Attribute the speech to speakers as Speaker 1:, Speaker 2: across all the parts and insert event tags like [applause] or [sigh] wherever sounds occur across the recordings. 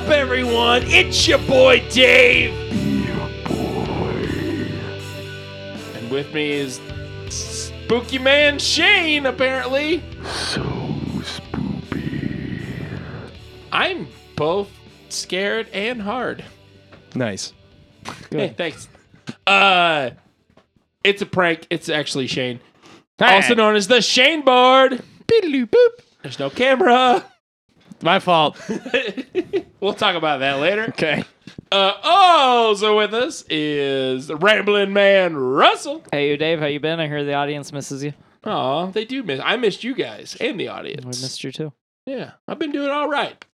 Speaker 1: everyone. It's your boy Dave. And with me is Spooky Man Shane, apparently.
Speaker 2: So spoopy.
Speaker 1: I'm both scared and hard.
Speaker 3: Nice.
Speaker 1: Hey, thanks. Uh, it's a prank. It's actually Shane, also known as the Shane board. Beedaloo boop. There's no camera. [laughs]
Speaker 3: My fault. [laughs]
Speaker 1: We'll talk about that later.
Speaker 3: Okay.
Speaker 1: Uh, also with us is the Rambling Man Russell.
Speaker 4: Hey, Dave, how you been? I hear the audience misses you.
Speaker 1: Aw, they do miss. I missed you guys and the
Speaker 4: We
Speaker 1: audience.
Speaker 4: Oh, missed you too.
Speaker 1: yeah, I've been doing all right.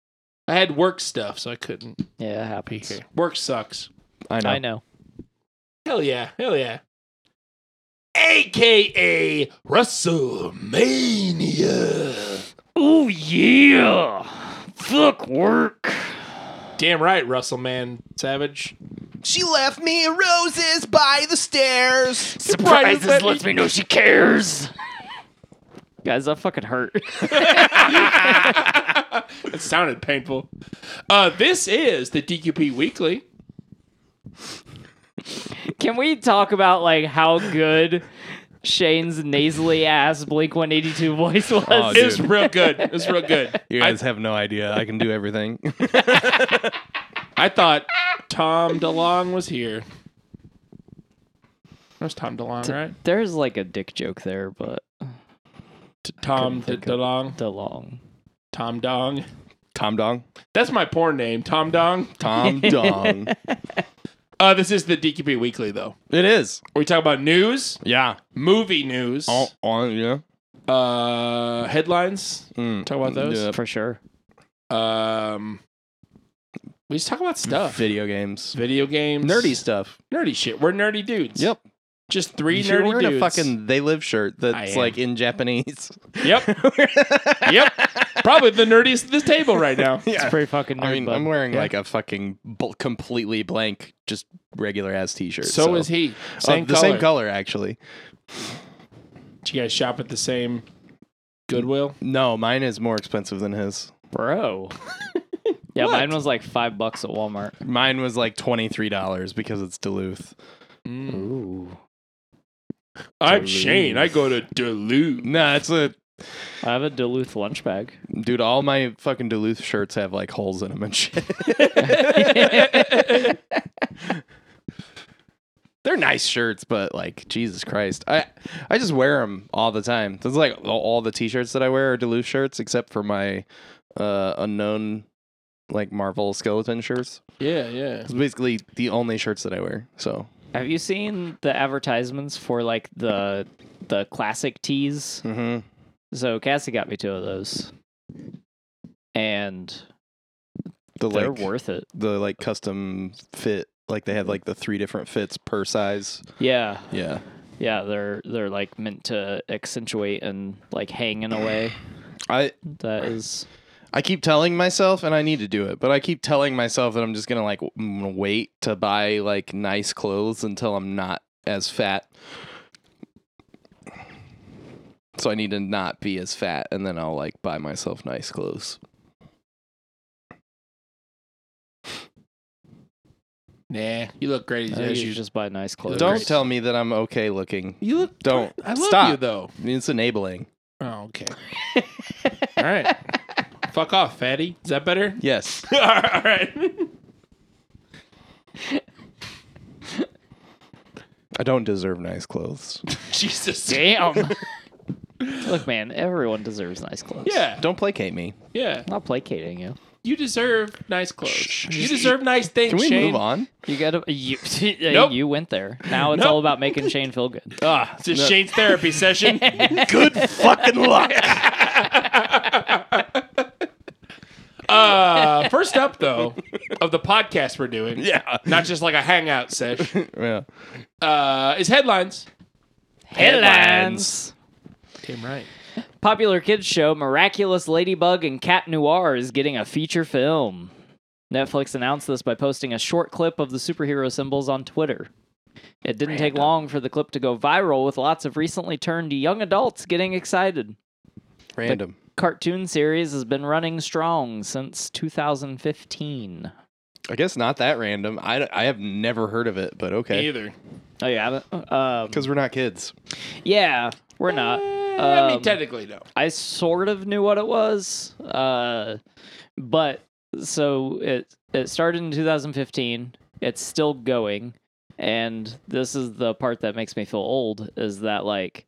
Speaker 1: I had work stuff, so I couldn't
Speaker 4: Yeah, it
Speaker 1: be
Speaker 4: happens.
Speaker 1: here. Work sucks.
Speaker 3: I know.
Speaker 4: I know.
Speaker 1: Hell yeah, hell yeah. AKA WrestleMania.
Speaker 4: Oh yeah. Fuck work.
Speaker 1: Damn right, Russell Man Savage.
Speaker 5: She left me roses by the stairs.
Speaker 1: Surprises let me-
Speaker 4: me know she cares. Guys, that fucking hurt.
Speaker 1: [laughs]
Speaker 4: [laughs]
Speaker 1: It sounded painful. Uh, this is the DQP Weekly.
Speaker 4: Can we talk about like how good Shane's nasally ass Blink 182 voice was?
Speaker 3: Oh,
Speaker 1: It was
Speaker 3: Dude.
Speaker 1: real good. It was real good.
Speaker 3: You guys have no idea. I can do everything. [laughs]
Speaker 1: I thought Tom DeLong was here. That was Tom DeLong, right?
Speaker 4: [laughs] There's like a dick joke there, but
Speaker 1: T- Tom
Speaker 4: Couldn't think of-
Speaker 1: DeLong.
Speaker 4: DeLong.
Speaker 1: Tom Dong.
Speaker 3: Tom Dong.
Speaker 1: That's my porn name, Tom Dong.
Speaker 3: [laughs] Tom Dong.
Speaker 1: Uh, this is the DQP Weekly, though.
Speaker 3: It is.
Speaker 1: We talk about news,
Speaker 3: Yeah.
Speaker 1: movie news,
Speaker 3: Oh, oh, yeah.
Speaker 1: uh, headlines.
Speaker 3: Mm.
Speaker 1: Talk about those.
Speaker 3: Yeah.
Speaker 4: For sure.
Speaker 1: Um, we just talk about stuff.
Speaker 3: Mm, Video games.
Speaker 1: Video games.
Speaker 3: Nerdy stuff.
Speaker 1: Nerdy shit. We're nerdy dudes. Just three
Speaker 3: You're
Speaker 1: nerdy
Speaker 3: wearing
Speaker 1: dudes.
Speaker 3: a fucking They Live shirt
Speaker 1: I
Speaker 3: that's
Speaker 1: am.
Speaker 3: like in [laughs] Japanese.
Speaker 1: Yep. yep. Probably the nerdiest at this table right
Speaker 3: [laughs]
Speaker 1: now.
Speaker 4: It's pretty fucking nerd,
Speaker 3: I mean,
Speaker 4: bud.
Speaker 3: I'm wearing like a fucking bl- completely blank, just regular ass T-shirt.
Speaker 1: So, is he.
Speaker 3: Oh,
Speaker 1: Same
Speaker 3: the
Speaker 1: color.
Speaker 3: same color, actually.
Speaker 1: Did you guys shop at the same Goodwill?
Speaker 3: No, mine is more expensive than his. [laughs]
Speaker 4: Bro. yeah,
Speaker 1: What?
Speaker 4: mine was like five bucks at Walmart.
Speaker 3: Mine was like twenty three dollars because it's Duluth.
Speaker 1: Mm.
Speaker 4: Ooh.
Speaker 1: I'm Shane. I go to Duluth.
Speaker 3: No, it's a
Speaker 4: I have a Duluth lunch
Speaker 3: [laughs]
Speaker 4: bag. [laughs]
Speaker 3: dude. All my fucking Duluth shirts have like holes in them and [laughs] shit. They're nice shirts, but like Jesus Christ, I I just wear them all the time. That's like all- all the T-shirts that I wear are Duluth shirts, except for my uh, unknown like Marvel skeleton shirts.
Speaker 1: Yeah, yeah.
Speaker 3: It's basically the only shirts that I wear. So
Speaker 4: have you seen the advertisements for like the the classic teas?
Speaker 3: mm-hmm.
Speaker 4: So Cassie got me two of those. And
Speaker 3: the
Speaker 4: they're
Speaker 3: like
Speaker 4: worth it.
Speaker 3: the like custom fit, like they had like the three different fits per size.
Speaker 4: Yeah.
Speaker 3: Yeah,
Speaker 4: Yeah, they're they're like meant to accentuate and like hang in a way
Speaker 3: I
Speaker 4: that is
Speaker 3: I keep telling myself, and I need to do it, but I keep telling myself that I'm just gonna like w- m- wait to buy like nice clothes until I'm not as fat. So I need to not be as fat, and then I'll like buy myself nice clothes.
Speaker 1: Nah, you look great
Speaker 4: I
Speaker 1: as
Speaker 4: think uh, you
Speaker 1: you
Speaker 4: should just buy nice clothes.
Speaker 3: Don't
Speaker 1: great.
Speaker 3: tell me that I'm okay looking.
Speaker 1: You look.
Speaker 3: Don't
Speaker 1: I love
Speaker 3: stop.
Speaker 1: you though.
Speaker 3: It's enabling.
Speaker 1: Oh, okay. [laughs] All right. Fuck off, fatty. Is that better?
Speaker 3: Yes.
Speaker 1: [laughs] All right. [laughs]
Speaker 3: I don't deserve nice clothes.
Speaker 1: Jesus.
Speaker 4: Damn. Look, man, everyone deserves nice clothes.
Speaker 1: Yeah,
Speaker 3: Don't placate me.
Speaker 1: yeah.
Speaker 4: I'm not placating you.
Speaker 1: You deserve nice clothes. You deserve nice things.
Speaker 3: Can we
Speaker 1: Shane.
Speaker 3: move
Speaker 1: [laughs]
Speaker 3: on?
Speaker 4: You gotta. You, [laughs]
Speaker 1: Nope.
Speaker 4: you went there. Now it's
Speaker 1: Nope.
Speaker 4: all about making Shane feel good.
Speaker 1: Ah, it's just Shane's therapy session.
Speaker 3: Good fucking luck.
Speaker 1: [laughs] Uh, first up, [laughs] though, of the podcast we're doing,
Speaker 3: yeah.
Speaker 1: not just like a hangout [laughs] sesh,
Speaker 3: Yeah.
Speaker 1: uh, is headlines.
Speaker 4: Headlines.
Speaker 1: Damn right.
Speaker 4: Popular kids show Miraculous Ladybug and Cat Noir is getting a feature film. Netflix announced this by posting a short clip of the superhero symbols on Twitter. It didn't take long for the clip to go viral with lots of recently turned young adults getting excited.
Speaker 3: Random.
Speaker 4: Cartoon series has been running strong since 2015.
Speaker 3: I guess not that random. I, I have never heard of it, but okay.
Speaker 1: Either.
Speaker 4: Oh, you haven't? Um,
Speaker 3: Because we're not kids.
Speaker 4: yeah, we're not.
Speaker 1: I mean,
Speaker 4: Um,
Speaker 1: technically, no.
Speaker 4: I sort of knew what it was, uh, but so it it started in 2015. It's still going, and this is the part that makes me feel old. Is that like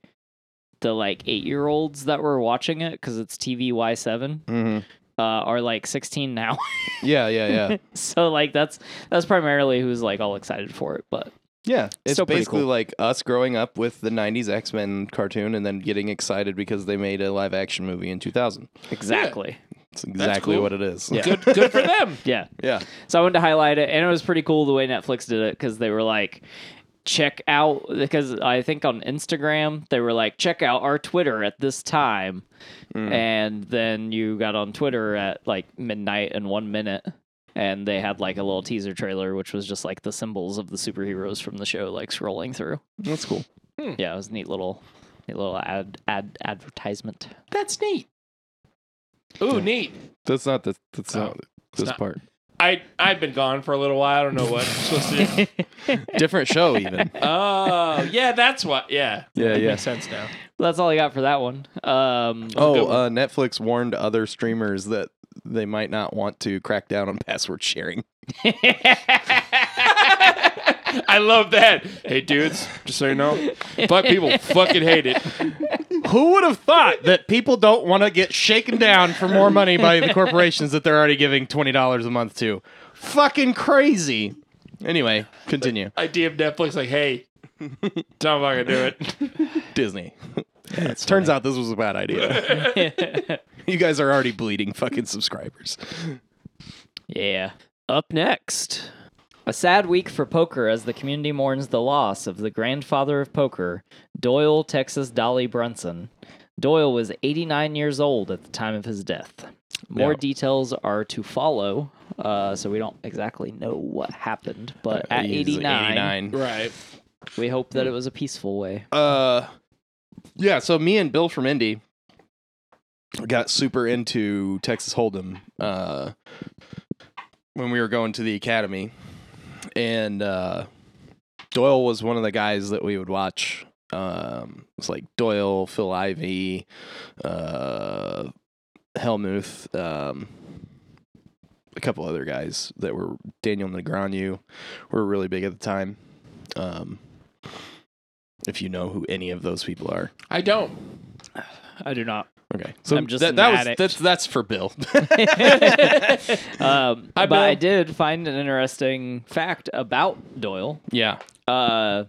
Speaker 4: the like eight year olds that were watching it because it's TVY seven
Speaker 3: Mm-hmm.
Speaker 4: uh, are like 16 now. [laughs]
Speaker 3: Yeah, yeah,
Speaker 1: [laughs]
Speaker 3: yeah,
Speaker 4: so like that's that's primarily who's like all excited for it. But
Speaker 3: yeah. It's
Speaker 4: Still pretty
Speaker 3: basically
Speaker 4: cool.
Speaker 3: like us growing up with the '90s X Men cartoon and then getting excited because they made a live action movie in 2000.
Speaker 4: exactly,
Speaker 3: It's exactly
Speaker 1: cool.
Speaker 3: what it is.
Speaker 4: Yeah.
Speaker 1: Good, good for
Speaker 4: [laughs]
Speaker 1: them.
Speaker 4: yeah.
Speaker 3: yeah.
Speaker 4: So I wanted to highlight it, and it was pretty cool the way Netflix did it because they were like, check out because I think on Instagram they were like, check out our Twitter at this time, and then you got on Twitter at like midnight and one minute. And they had like a little teaser trailer, which was just like the symbols of the superheroes from the show, like scrolling through.
Speaker 3: That's cool.
Speaker 4: Yeah, it was a neat little, neat little ad, ad advertisement.
Speaker 1: That's neat. Ooh, neat.
Speaker 3: That's not the. That's
Speaker 1: Oh,
Speaker 3: not this
Speaker 1: not- [laughs]
Speaker 3: part.
Speaker 1: I I've been gone for a little while. I don't know what I'm supposed to. do.
Speaker 3: Different show, even.
Speaker 1: Oh, yeah, that's why. Yeah,
Speaker 3: [laughs] yeah,
Speaker 1: That
Speaker 3: yeah.
Speaker 1: makes sense now.
Speaker 4: That's all I got for that one. Um,
Speaker 3: Oh,
Speaker 1: good one.
Speaker 3: uh, Netflix warned other streamers that they might not want to crack down on [laughs] password sharing.
Speaker 1: I love that. Hey, dudes, just so you know, black people fucking hate it.
Speaker 3: Who would have thought that people don't want to get shaken down for more money by the corporations that they're already giving twenty dollars a month to? Fucking crazy. Anyway, continue.
Speaker 1: I DM Netflix like, hey, don't fucking do it.
Speaker 3: Disney. Turns out this was a bad idea.
Speaker 4: [laughs]
Speaker 3: you guys are already bleeding fucking subscribers.
Speaker 4: Yeah. Up next. A sad week for poker as the community mourns the loss of the grandfather of poker, Doyle Texas Dolly Brunson. Doyle was 89 years old at the time of his death. More
Speaker 3: Yeah.
Speaker 4: details are to follow, uh, so we don't exactly know what happened, but at
Speaker 3: Uh, He's
Speaker 4: 89,
Speaker 3: 89.
Speaker 1: Right.
Speaker 4: we hope that it was a
Speaker 3: [laughs]
Speaker 4: peaceful way. [laughs]
Speaker 3: Uh, yeah. So me and Bill from Indy got super into Texas Hold'em uh, when we were going to the academy, and uh, Doyle was one of the guys that we would watch. Um, it's like Doyle, Phil Ivey, uh, Helmuth, um, a couple other guys that were Daniel Negreanu were really big at the time. Um, if you know who any of those people are.
Speaker 1: I don't.
Speaker 4: I do not.
Speaker 3: Okay, so
Speaker 4: I'm just
Speaker 3: that,
Speaker 4: an
Speaker 3: that was
Speaker 4: addict.
Speaker 3: that's that's for Bill.
Speaker 4: Um,
Speaker 1: Hi,
Speaker 4: but I
Speaker 1: Bill.
Speaker 4: did find an interesting fact about Doyle.
Speaker 3: yeah,
Speaker 4: Uh,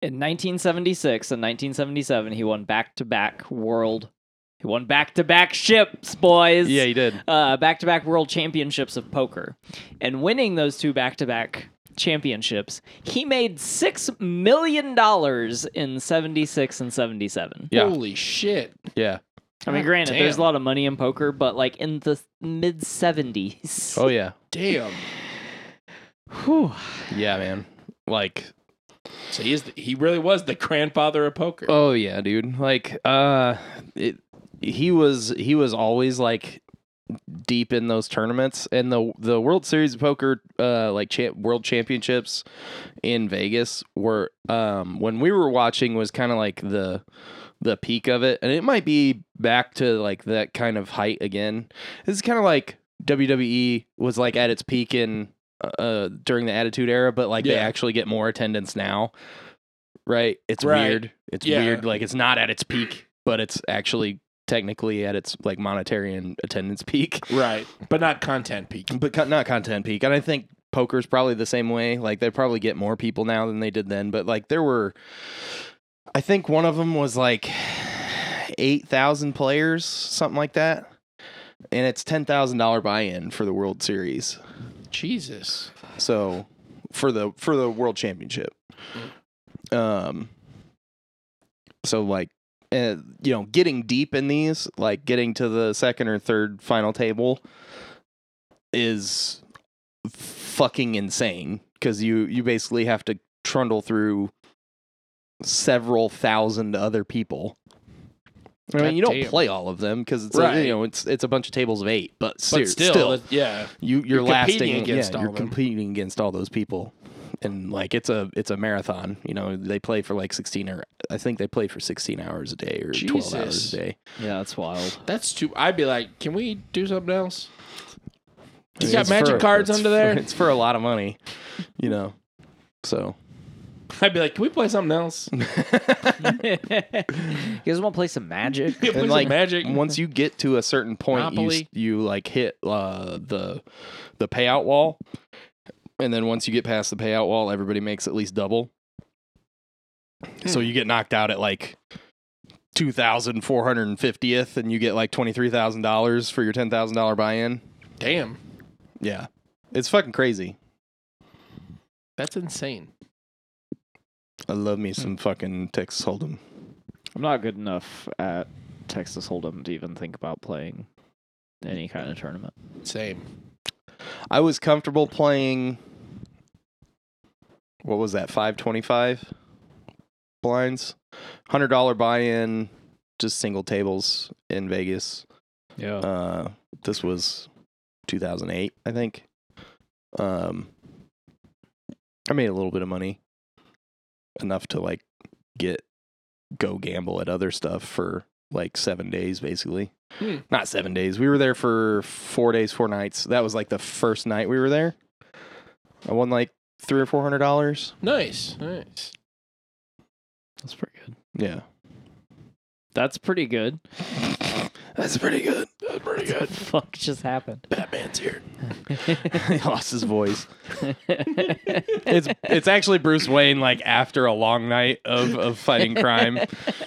Speaker 4: in 1976 and 1977, he won back-to-back world. He won back-to-back ships, boys.
Speaker 3: yeah, he [laughs] did.
Speaker 4: Uh, back-to-back world championships of poker, and winning those two back-to-back championships, he made six million dollars in 76 and 77.
Speaker 3: Yeah.
Speaker 1: Holy shit.
Speaker 3: Yeah.
Speaker 4: I mean, granted,
Speaker 1: damn.
Speaker 4: there's a lot of money in poker, but like in the mid 70s.
Speaker 3: Oh yeah.
Speaker 1: Damn.
Speaker 4: Whew.
Speaker 3: Yeah, man. Like,
Speaker 1: So he is. The, he really was the grandfather of poker.
Speaker 3: oh yeah, dude. Like, uh, it, he was he was always like deep in those tournaments and the the World Series of Poker, uh, like champ, World Championships in Vegas were um when we were watching was kind of like the the peak of it, and it might be back to like that kind of height again. This is kind of like WWE was like at its peak in uh during the Attitude Era, but like they
Speaker 1: Yeah.
Speaker 3: actually get more attendance now, right? It's
Speaker 1: Right.
Speaker 3: weird. It's
Speaker 1: Yeah.
Speaker 3: weird. Like it's not at its peak, but it's actually technically at its like monetary and attendance peak, [laughs]
Speaker 1: Right, but not content peak.
Speaker 3: but con- not content peak. And I think poker's probably the same way. Like they probably get more people now than they did then, but like there were I think one of them was like 8,000 players, something like that. And it's $10,000 buy-in for the World Series.
Speaker 1: Jesus.
Speaker 3: So for the for the World Championship.
Speaker 1: Mm-hmm.
Speaker 3: Um so like uh, you know, getting deep in these, like getting to the second or third final table is fucking insane cuz you you basically have to trundle through several thousand other people I mean, you don't
Speaker 1: Goddamn.
Speaker 3: play all of them because it's a,
Speaker 1: Right.
Speaker 3: you know it's it's a bunch of tables of eight, but,
Speaker 1: But
Speaker 3: ser-
Speaker 1: still, it- yeah.
Speaker 3: you you're,
Speaker 1: You're competing
Speaker 3: lasting
Speaker 1: against
Speaker 3: yeah,
Speaker 1: all
Speaker 3: you're
Speaker 1: of them.
Speaker 3: competing against all those people and like it's a it's a marathon you know they play for like 16 or i think they play for 16 hours a day or 12
Speaker 1: Jesus.
Speaker 3: hours a day
Speaker 4: Yeah, that's wild.
Speaker 1: That's too. I'd be like, can we do something else?
Speaker 3: I
Speaker 1: He's
Speaker 3: mean,
Speaker 1: got
Speaker 3: it's
Speaker 1: magic
Speaker 3: for-
Speaker 1: cards
Speaker 3: it's
Speaker 1: under
Speaker 3: for-
Speaker 1: there.
Speaker 3: it's for a lot of money you know so
Speaker 1: [laughs] I'd be like, can we play something
Speaker 3: [laughs]
Speaker 1: else?
Speaker 4: you guys want to play some magic?
Speaker 1: Yeah, play some
Speaker 3: and like
Speaker 1: magic.
Speaker 3: once you get to a certain point you, s-
Speaker 1: Monopoly.
Speaker 3: you like hit uh, the the payout wall and then once you get past the payout wall everybody makes at least double so
Speaker 1: Hmm.
Speaker 3: you get knocked out at like 2450th and you get like $23000 for your $10000 buy-in
Speaker 1: Damn,
Speaker 3: yeah it's fucking crazy
Speaker 1: that's insane.
Speaker 3: i love me some
Speaker 1: Hmm.
Speaker 3: fucking texas hold'em
Speaker 4: I'm not good enough at Texas Hold'em to even think about playing any kind of tournament.
Speaker 1: Same.
Speaker 3: i was comfortable playing what was that 525 blinds $100 buy-in just single tables in vegas
Speaker 4: Yeah.
Speaker 3: Uh, this was 2008, I think. Um, I made a little bit of money, enough to like get go gamble at other stuff for like seven days, basically.
Speaker 1: Hmm.
Speaker 3: Not seven days. We were there for four days, four nights. That was like the first night we were there. I won like three or four hundred dollars.
Speaker 1: Nice, nice.
Speaker 4: that's pretty good.
Speaker 3: Yeah,
Speaker 4: That's pretty good.
Speaker 3: that's pretty good. That's pretty
Speaker 4: [laughs] What the fuck just happened?
Speaker 3: Batman's here. [laughs] he lost his voice. it's it's actually Bruce Wayne like after a long night of, of fighting [laughs] crime.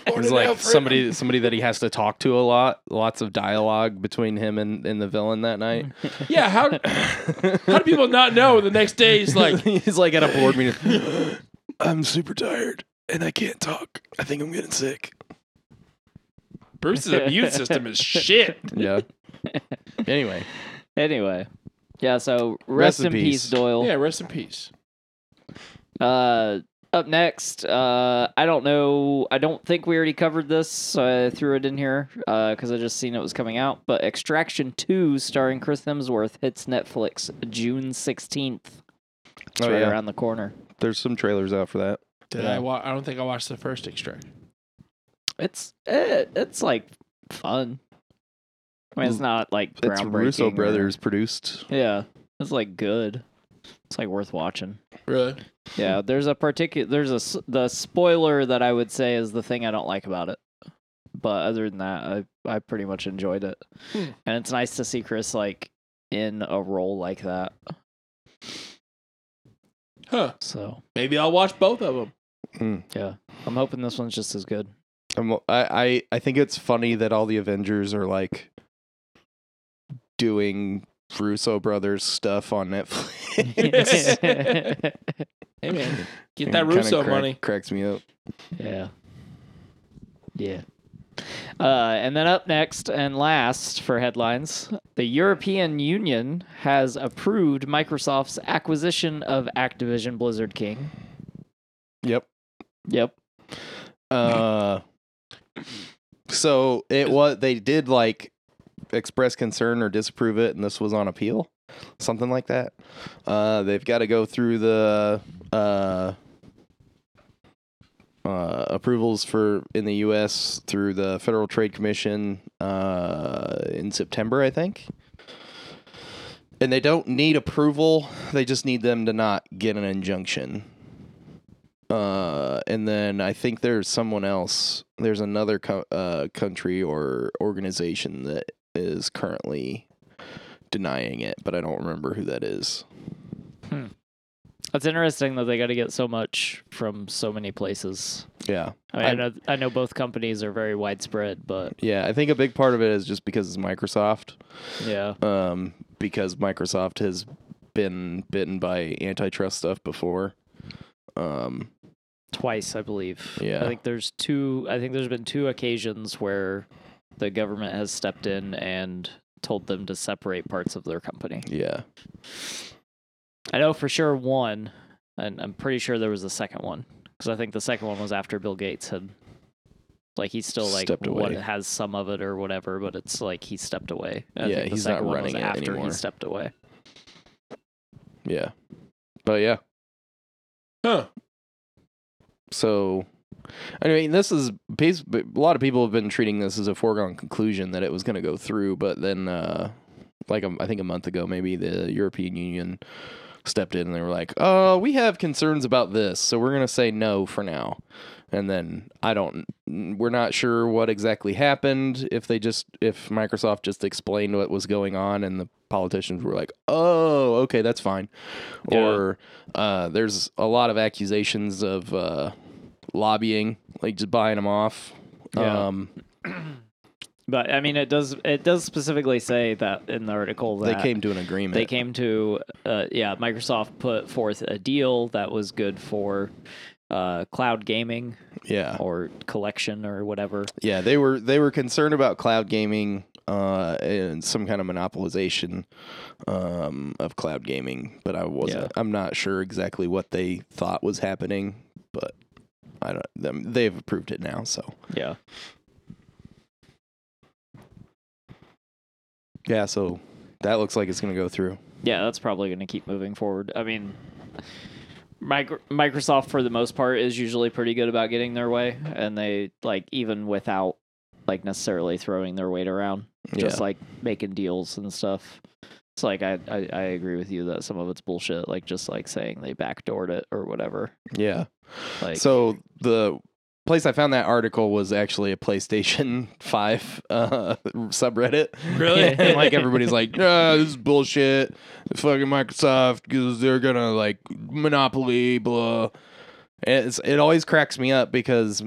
Speaker 3: It's like somebody somebody that he has to talk to a lot, lots of dialogue between him and, and the villain that night.
Speaker 1: Yeah, how how do people not know the next day is like
Speaker 3: [laughs] he's like at a board meeting. [laughs] I'm super tired and I can't talk. I think I'm getting sick.
Speaker 1: Bruce's immune system is shit.
Speaker 3: Yeah. Anyway,
Speaker 4: [laughs] Anyway. Yeah, so rest, in peace,
Speaker 3: peace.
Speaker 4: Doyle.
Speaker 1: Yeah, rest in peace.
Speaker 4: Uh, up next, uh, I don't know. I don't think we already covered this. So I threw it in here because I just seen it was coming out. But Extraction 2, starring Chris Hemsworth, hits Netflix June 16th. It's
Speaker 3: Oh,
Speaker 4: right
Speaker 3: yeah.
Speaker 4: around the corner.
Speaker 3: there's some trailers out for that.
Speaker 1: Did
Speaker 3: Yeah.
Speaker 1: I? Wa- I don't think I watched the first extract.
Speaker 4: It's it, it's like fun. I mean, it's not like groundbreaking.
Speaker 3: Mm, It's Russo
Speaker 4: or-
Speaker 3: Brothers produced.
Speaker 4: Yeah, it's like good. It's like worth watching.
Speaker 1: Really?
Speaker 4: Yeah, there's a particular there's a s- the spoiler that I would say is the thing I don't like about it. But other than that, I I pretty much enjoyed it,
Speaker 1: Hmm.
Speaker 4: and it's nice to see Chris like in a role like that.
Speaker 1: Huh?
Speaker 4: So
Speaker 1: Maybe I'll watch both of them.
Speaker 3: Mm.
Speaker 4: yeah, I'm hoping this one's just
Speaker 3: [laughs]
Speaker 4: as good. [laughs]
Speaker 3: I'm, I, I I think it's funny that all the Avengers are like doing Russo brothers stuff on Netflix.
Speaker 1: Hey
Speaker 3: [laughs]
Speaker 1: man, get
Speaker 3: It
Speaker 1: that
Speaker 3: kinda
Speaker 1: Russo
Speaker 3: crack-
Speaker 1: money.
Speaker 3: cracks me up.
Speaker 4: Yeah. Yeah. Uh, and then up next and last for headlines, the European Union has approved Microsoft's acquisition of Activision Blizzard King.
Speaker 3: Yep.
Speaker 4: Yep.
Speaker 3: Uh, so it was they did like express concern or disapprove it, and this was on appeal, something like that. Uh, they've got to go through the uh, uh, approvals for in the U.S. through the Federal Trade Commission uh, in September, I think. And they don't need approval; they just need them to not get an injunction. Uh, and then I think there's someone else. There's another co- uh, country or organization that is currently denying it, but I don't remember who that is.
Speaker 4: That's interesting that they got to get so much from so many places.
Speaker 3: Yeah,
Speaker 4: I mean, I
Speaker 3: I'm-
Speaker 4: know, I know both companies are very widespread, but
Speaker 3: yeah. I think a big part of it is just because it's Microsoft.
Speaker 4: yeah.
Speaker 3: Um, because Microsoft has been bitten by antitrust stuff before. Um,
Speaker 4: twice, I believe.
Speaker 3: Yeah.
Speaker 4: I think there's two. I think there's been two occasions where the government has stepped in and told them to separate parts of their company.
Speaker 3: yeah.
Speaker 4: I know for sure one, and I'm pretty sure there was a second one because I think the second one was after Bill Gates had Like he's still like
Speaker 3: Stepped
Speaker 4: what
Speaker 3: away.
Speaker 4: has some of it or whatever, but it's like he stepped away. I
Speaker 3: Yeah,
Speaker 4: think the
Speaker 3: he's not
Speaker 4: second one was
Speaker 3: running it
Speaker 4: after
Speaker 3: anymore.
Speaker 4: he stepped away.
Speaker 3: Yeah. But yeah.
Speaker 1: Huh.
Speaker 3: So I mean, this is bas- a lot of people have been treating this as a foregone conclusion that it was going to go through, but then uh like um, I think a month ago maybe the European Union stepped in and they were like, "Uh, we have concerns about this, so we're going to say no for now." And then I don't we're not sure what exactly happened if they just if Microsoft just explained what was going on and the politicians were like, "Oh, okay, that's fine."
Speaker 1: Yeah.
Speaker 3: Or uh there's a lot of accusations of uh lobbying, like just buying them off.
Speaker 4: Yeah.
Speaker 3: Um
Speaker 4: But I mean, it does it does specifically say that in the article that
Speaker 3: they came to an agreement.
Speaker 4: they came to uh, yeah Microsoft put forth a deal that was good for uh, cloud gaming
Speaker 3: Yeah.
Speaker 4: or collection or whatever.
Speaker 3: Yeah, they were they were concerned about cloud gaming uh, and some kind of monopolization um, of cloud gaming, but I wasn't.
Speaker 4: Yeah.
Speaker 3: I'm not sure exactly what they thought was happening, but I don't. Them, they've approved it now, so
Speaker 4: Yeah.
Speaker 3: yeah. So that looks like it's going to go through.
Speaker 4: Yeah, that's probably going to keep moving forward. I mean, Micro- Microsoft for the most part is usually pretty good about getting their way, and they like even without like necessarily throwing their weight around, just
Speaker 3: Yeah.
Speaker 4: like making deals and stuff. It's like I, I I agree with you that some of it's bullshit, like just like saying they backdoored it or whatever.
Speaker 3: Yeah.
Speaker 4: Like
Speaker 3: so the place I found that article was actually a PlayStation [laughs] Five uh, subreddit.
Speaker 1: Really?
Speaker 3: [laughs] and like everybody's like, "Nah, this is bullshit. Fucking Microsoft, because they're gonna like monopoly, blah." And It's, it always cracks me up because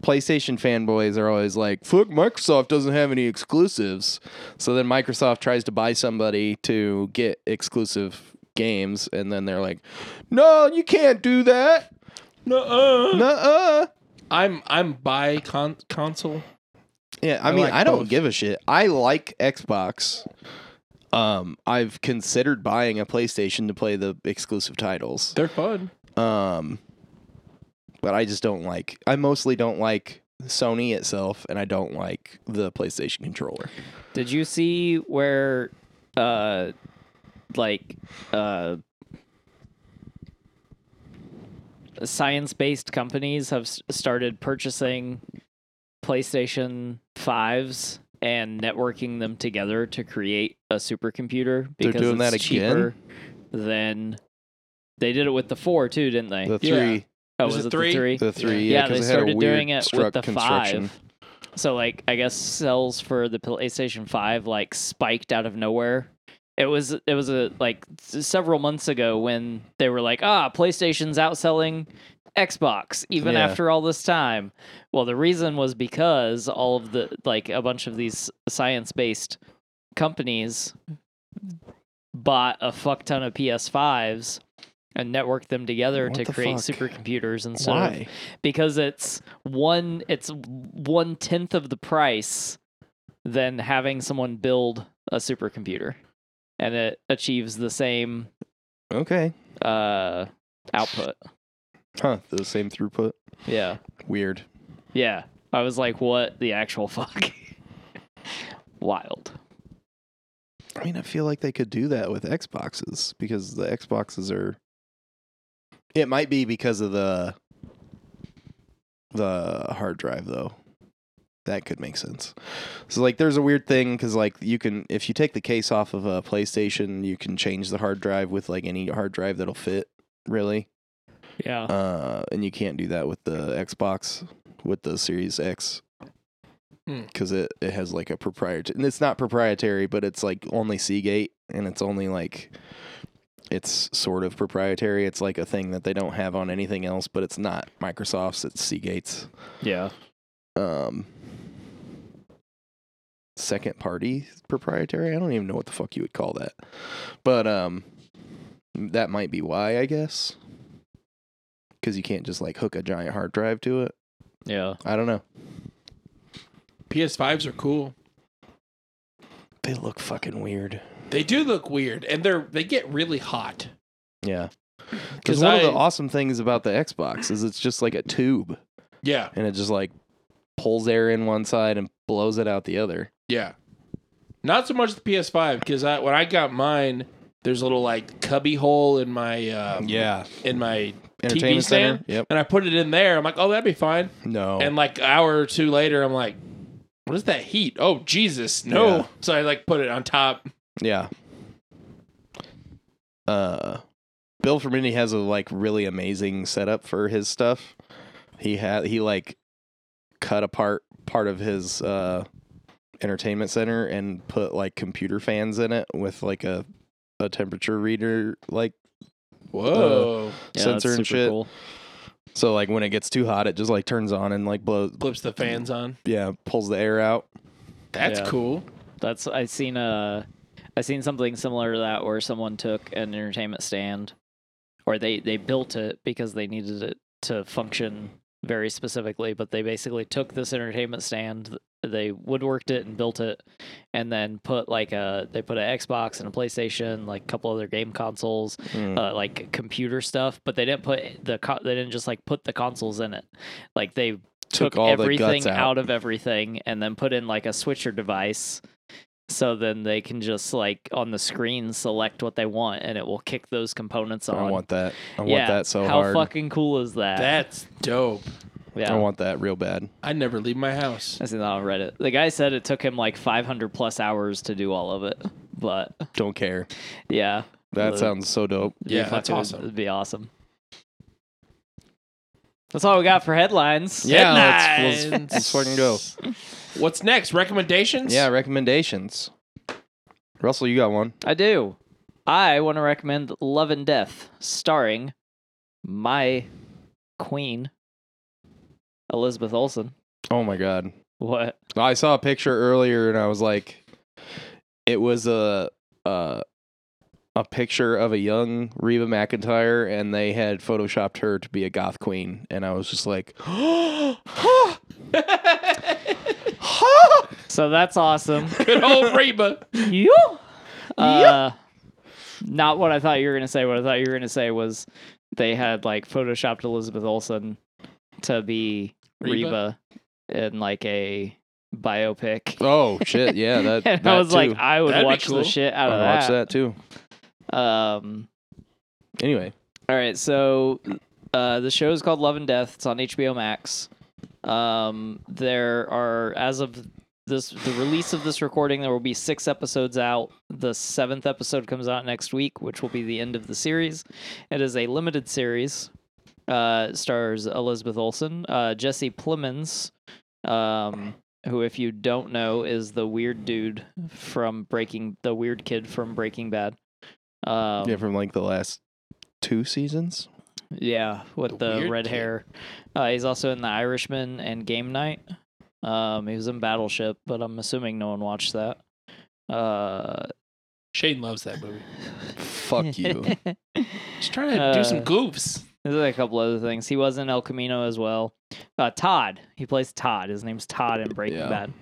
Speaker 3: PlayStation fanboys are always like, "Fuck, Microsoft doesn't have any exclusives." So then Microsoft tries to buy somebody to get exclusive games, and then they're like, "No, you can't do that."
Speaker 1: Nuh-uh.
Speaker 3: Nuh-uh.
Speaker 1: I'm I'm by con- console.
Speaker 3: Yeah, I,
Speaker 1: I
Speaker 3: mean,
Speaker 1: like
Speaker 3: I don't
Speaker 1: both.
Speaker 3: give a shit. I like Xbox. Um, I've considered buying a PlayStation to play the exclusive titles.
Speaker 1: They're fun.
Speaker 3: Um, but I just don't like. I mostly don't like Sony itself, and I don't like the PlayStation controller.
Speaker 4: Did you see where uh like uh science-based companies have s- started purchasing PlayStation 5s and networking them together to create a supercomputer
Speaker 3: They're
Speaker 4: because
Speaker 3: doing
Speaker 4: it's
Speaker 3: that
Speaker 4: cheaper than they did it with the 4 too, didn't they?
Speaker 3: The
Speaker 1: Yeah.
Speaker 3: three,
Speaker 4: oh,
Speaker 1: was
Speaker 4: was
Speaker 1: it
Speaker 4: it the
Speaker 1: three?
Speaker 4: 3?
Speaker 3: the three,
Speaker 4: yeah,
Speaker 3: 'cause
Speaker 4: they
Speaker 3: had a
Speaker 4: started doing
Speaker 3: weird
Speaker 4: it
Speaker 3: struct
Speaker 4: with the
Speaker 3: construction.
Speaker 4: five. So like, I guess sales for the PlayStation Five like spiked out of nowhere. It was it was a like s- several months ago when they were like, ah, PlayStation's outselling Xbox even
Speaker 3: Yeah.
Speaker 4: after all this time. Well, the reason was because all of the like a bunch of these science based companies bought a fuck ton of PS5s and networked them together
Speaker 3: What
Speaker 4: to
Speaker 3: the
Speaker 4: create
Speaker 3: fuck?
Speaker 4: supercomputers instead of
Speaker 3: Why?
Speaker 4: because it's one it's one tenth of the price than having someone build a supercomputer, and it achieves the same
Speaker 3: Okay.
Speaker 4: uh, output.
Speaker 3: Huh? The same throughput.
Speaker 4: Yeah,
Speaker 3: Weird.
Speaker 4: yeah. I was like, what the actual [laughs] fuck? Wild.
Speaker 3: I mean, I feel like they could do that with Xboxes because the Xboxes are. It might be because of the the hard drive though. That could make sense. So like there's a weird thing cuz like you can if you take the case off of a PlayStation, you can change the hard drive with like any hard drive that'll fit, really.
Speaker 4: Yeah.
Speaker 3: Uh and you can't do that with the Xbox with the Series X
Speaker 1: Hmm.
Speaker 3: because it, it has like a proprietary and it's not proprietary but it's like only seagate and it's only like it's sort of proprietary it's like a thing that they don't have on anything else but it's not microsoft's it's seagate's
Speaker 4: Yeah.
Speaker 3: um second party proprietary i don't even know what the fuck you would call that but um that might be why i guess because you can't just like hook a giant hard drive to it
Speaker 4: Yeah.
Speaker 3: i don't know
Speaker 1: PS5s are cool.
Speaker 3: they look fucking weird
Speaker 1: They do look weird, and they're they get really hot.
Speaker 3: Yeah.
Speaker 1: 'Cause
Speaker 3: Because one of the
Speaker 1: I-
Speaker 3: awesome things about the Xbox is it's just like a tube
Speaker 1: Yeah,
Speaker 3: and it just like pulls air in one side and blows it out the other.
Speaker 1: Yeah. Not so much the PS5 because I when I got mine, there's a little like cubby hole in my um,
Speaker 3: Yeah.
Speaker 1: in my TV
Speaker 3: Entertainment
Speaker 1: stand,
Speaker 3: center. Yep.
Speaker 1: and I put it in there. I'm like, oh, that'd be fine.
Speaker 3: No.
Speaker 1: And like an hour or two later, I'm like, what is that heat? Oh Jesus, no!
Speaker 3: Yeah.
Speaker 1: So I like put it on top.
Speaker 3: Yeah. Uh, Bill Fermini has a like really amazing setup for his stuff. He had he like cut apart part of his uh entertainment center and put like computer fans in it with like a a temperature reader like
Speaker 1: Whoa!
Speaker 4: Yeah, that's
Speaker 3: sensor and
Speaker 4: super
Speaker 3: shit.
Speaker 4: cool.
Speaker 3: So like when it gets too hot, it just like turns on and like blows.
Speaker 1: Clips the fans on.
Speaker 3: Yeah, pulls the air out.
Speaker 1: That's
Speaker 4: Yeah.
Speaker 1: cool.
Speaker 4: That's I seen a I seen something similar to that where someone took an entertainment stand, or they they built it because they needed it to function very specifically. But they basically took this entertainment stand, th- they woodworked it and built it, and then put like a they put an Xbox and a PlayStation, like a couple other game consoles,
Speaker 3: Mm.
Speaker 4: uh, like computer stuff. But they didn't put the co- they didn't just like put the consoles in it, like they took,
Speaker 3: Took all the
Speaker 4: everything
Speaker 3: guts out.
Speaker 4: of everything and then put in like a switcher device so then they can just like on the screen select what they want and it will kick those components on
Speaker 3: I want that. I want
Speaker 4: yeah,
Speaker 3: that so
Speaker 4: how
Speaker 3: hard.
Speaker 4: fucking cool is that,
Speaker 1: That's dope.
Speaker 4: yeah
Speaker 3: I want that real bad.
Speaker 1: I never leave my house.
Speaker 4: I seen that on reddit the guy said it took him like 500 plus hours to do all of it but
Speaker 3: Don't care.
Speaker 4: yeah
Speaker 3: That
Speaker 4: the-
Speaker 3: sounds so dope.
Speaker 4: it'd be
Speaker 1: Yeah, that's
Speaker 4: fucking-
Speaker 1: awesome.
Speaker 4: it'd be awesome that's all we got for headlines
Speaker 3: Yeah, let's,
Speaker 1: [laughs]
Speaker 3: let's,
Speaker 1: Headlines.
Speaker 3: let's fucking go.
Speaker 1: What's next? Recommendations?
Speaker 3: Yeah, recommendations. Russell, you got one.
Speaker 4: I do. I want to recommend Love and Death, starring my queen, Elizabeth Olsen.
Speaker 3: Oh my god.
Speaker 4: What?
Speaker 3: I saw a picture earlier and I was like it was a a, a picture of a young Reba McIntyre and they had photoshopped her to be a goth queen and I was just
Speaker 4: [laughs]
Speaker 3: like
Speaker 4: So that's awesome.
Speaker 1: [gasps] Good old Reba.
Speaker 4: you? Uh, Not what I thought you were going to say. What I thought you were going to say was they had like photoshopped Elizabeth Olsen to be
Speaker 1: Reba?
Speaker 4: Reba, in like a biopic.
Speaker 3: Oh shit, yeah, that,
Speaker 4: [laughs] and
Speaker 3: that
Speaker 4: I was
Speaker 3: too.
Speaker 4: like, I would
Speaker 1: That'd be
Speaker 4: watch
Speaker 1: cool.
Speaker 4: the shit out
Speaker 3: I
Speaker 4: of
Speaker 3: watched that too.
Speaker 4: that. Um,
Speaker 3: Anyway,
Speaker 4: All right, so uh, the show is called Love and Death. It's on HBO Max. Um, there are, as of this, the release of this recording, there will be six episodes out. The seventh episode comes out next week, which will be the end of the series. It is a limited series. Uh, it stars Elizabeth Olsen, uh, Jesse Plemons, um, who, if you don't know, is the weird dude from Breaking, the weird kid from Breaking Bad. Um,
Speaker 3: yeah, from like the last two seasons.
Speaker 4: yeah,
Speaker 1: The
Speaker 4: with the,
Speaker 1: weird
Speaker 4: red
Speaker 1: kid.
Speaker 4: hair. Uh, he's also in The Irishman and Game Night. Um, he was in Battleship, but I'm assuming no one watched that. Uh,
Speaker 1: Shane loves that movie.
Speaker 4: [laughs]
Speaker 3: Fuck you.
Speaker 1: Just trying to do some
Speaker 4: Uh,
Speaker 1: goofs.
Speaker 4: There's a couple other things. He was in El Camino as well. Uh, Todd. He plays Todd. His name's Todd in Breaking
Speaker 3: Yeah.
Speaker 4: Bad.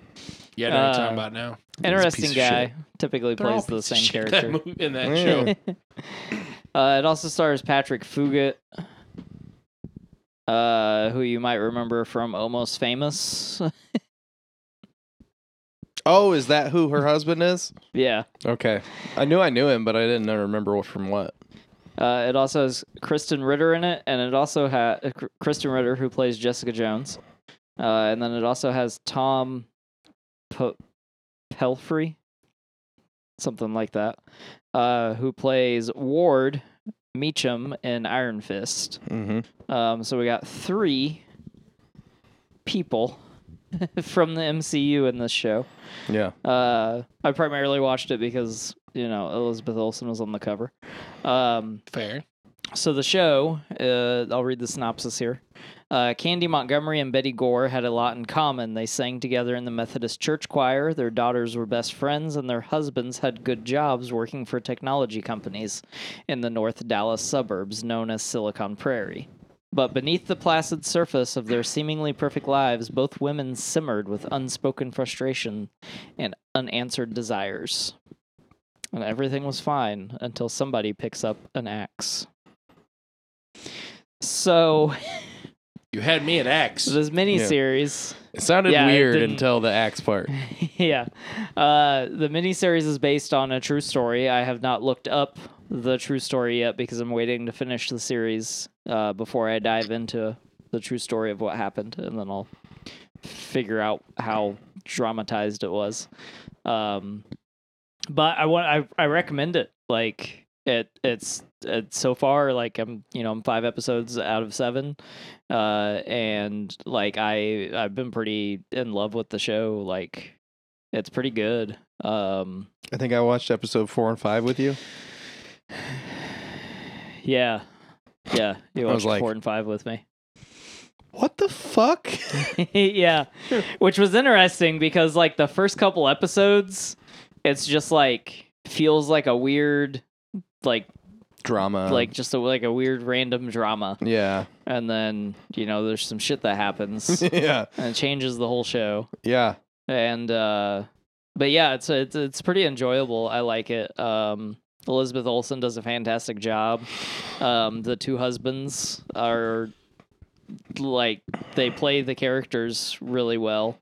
Speaker 1: Yeah, I know what you're talking
Speaker 4: uh,
Speaker 1: about now.
Speaker 3: piece
Speaker 4: Interesting
Speaker 3: of
Speaker 4: guy.
Speaker 3: shit.
Speaker 4: Typically
Speaker 1: They're all
Speaker 4: plays the
Speaker 1: pieces of
Speaker 4: same
Speaker 1: shit in
Speaker 4: character.
Speaker 1: That movie, in that
Speaker 3: Yeah.
Speaker 1: show.
Speaker 4: Uh, it also stars Patrick Fugit, uh, who you might remember from Almost Famous. [laughs]
Speaker 3: Oh, is that who her husband is?
Speaker 4: yeah.
Speaker 3: Okay. I knew I knew him, but I didn't remember what- from what.
Speaker 4: Uh, it also has Kristen Ritter in it, and it also has uh, Kr- Kristen Ritter who plays Jessica Jones, uh, and then it also has Tom P- Pelfrey, something like that, uh, who plays Ward Meacham in Iron Fist.
Speaker 3: Mm-hmm.
Speaker 4: Um, so we got three people [laughs] from the MCU in this show.
Speaker 3: Yeah.
Speaker 4: Uh, I primarily watched it because you know Elizabeth Olsen was on the cover. Um,
Speaker 1: Fair.
Speaker 4: so the show, uh, I'll read the synopsis here. Uh, Candy Montgomery and Betty Gore had a lot in common. They sang together in the Methodist church choir, their daughters were best friends, and their husbands had good jobs working for technology companies in the North Dallas suburbs known as Silicon Prairie. But beneath the placid surface of their seemingly perfect lives, both women simmered with unspoken frustration and unanswered desires. And everything was fine until somebody picks up an axe. So
Speaker 1: You had me at X.
Speaker 4: This miniseries.
Speaker 3: It sounded
Speaker 4: Yeah, it
Speaker 3: weird
Speaker 4: didn't-
Speaker 3: until the axe part.
Speaker 4: [laughs] yeah. Uh, the miniseries is based on a true story. I have not looked up the true story yet because I'm waiting to finish the series uh, before I dive into the true story of what happened, and then I'll figure out how dramatized it was. Um, but I want I, I recommend it. Like it it's it's so far like I'm you know I'm five episodes out of seven, uh, and like I I've been pretty in love with the show. Like it's pretty good. Um,
Speaker 3: I think I watched episode four and five with you.
Speaker 4: yeah, yeah. You
Speaker 3: I was
Speaker 4: watched
Speaker 3: like-
Speaker 4: four and five with me. [laughs]
Speaker 3: What the fuck?
Speaker 4: yeah. Which was interesting because like the first couple episodes, it's just like feels like a weird like
Speaker 3: Drama.
Speaker 4: like just a, like a weird random drama [laughs]
Speaker 3: yeah,
Speaker 4: and then you know there's some shit that
Speaker 3: [laughs]
Speaker 4: happens and
Speaker 3: yeah,
Speaker 4: it changes the whole show
Speaker 3: yeah.
Speaker 4: and uh but yeah it's it's, it's pretty enjoyable i like it um elizabeth olsen does a fantastic job um the two husbands are like they play the characters really well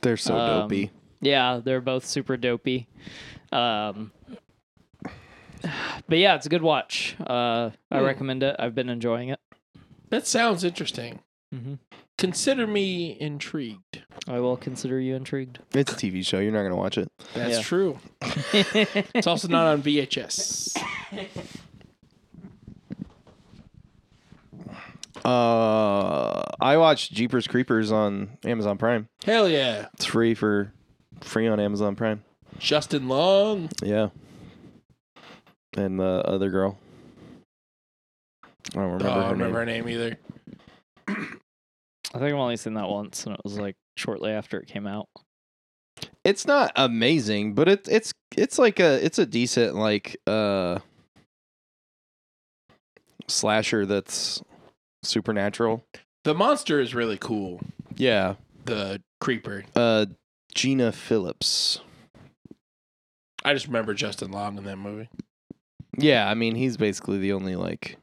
Speaker 3: They're so
Speaker 4: Um,
Speaker 3: dopey.
Speaker 4: yeah, they're both super dopey. Um, [sighs] but yeah, it's a good watch. Uh, I
Speaker 1: Hmm.
Speaker 4: recommend it. I've been enjoying it.
Speaker 1: That sounds interesting. Mm-hmm. Consider me intrigued.
Speaker 4: I will consider you intrigued.
Speaker 3: It's a TV show. You're not gonna watch it.
Speaker 1: That's
Speaker 4: Yeah. [laughs]
Speaker 1: true. It's also not on VHS.
Speaker 3: Uh, I watched Jeepers Creepers on Amazon Prime.
Speaker 1: Hell yeah.
Speaker 3: It's free for free on Amazon Prime.
Speaker 1: Justin Long.
Speaker 3: Yeah. And the other girl. I don't remember
Speaker 1: oh, I
Speaker 3: her
Speaker 1: don't remember
Speaker 3: name.
Speaker 1: her name either.
Speaker 4: I think I've only seen that once, and it was like shortly after it came out.
Speaker 3: It's not amazing, but it's it's it's like a it's a decent like uh slasher that's supernatural.
Speaker 1: The monster is really cool.
Speaker 3: Yeah.
Speaker 1: The creeper.
Speaker 3: Uh Gina Phillips.
Speaker 1: I just remember Justin Long in that movie.
Speaker 3: Yeah, I mean he's basically the only like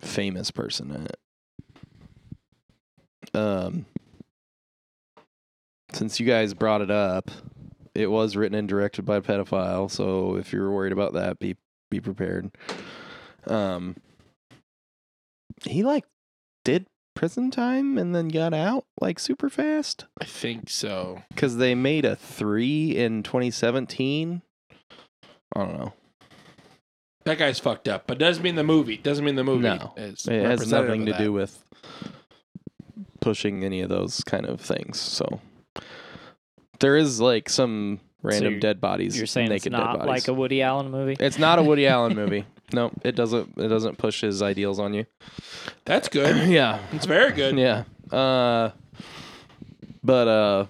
Speaker 3: famous person in it. Um since you guys brought it up, it was written and directed by a pedophile, so if you're worried about that, be be prepared. Um he like did prison time and then got out like super fast
Speaker 1: I think so.
Speaker 3: cuz they made a 3 in 2017. I don't know.
Speaker 1: That guy's fucked up, but doesn't mean the movie. Doesn't mean the movie
Speaker 3: No.
Speaker 1: is
Speaker 3: It has
Speaker 1: representative
Speaker 3: nothing
Speaker 1: of
Speaker 3: to
Speaker 1: that.
Speaker 3: do with pushing any of those kind of things. So there is like some random
Speaker 4: you're-
Speaker 3: dead bodies.
Speaker 4: You're saying
Speaker 3: naked
Speaker 4: it's not
Speaker 3: dead bodies.
Speaker 4: like a Woody Allen movie?
Speaker 3: It's not a
Speaker 4: [laughs]
Speaker 3: Woody Allen movie. No, it doesn't. It doesn't push his ideals on you.
Speaker 1: That's good.
Speaker 3: [clears throat] [coughs] yeah,
Speaker 1: It's very good.
Speaker 3: yeah. Uh, but uh,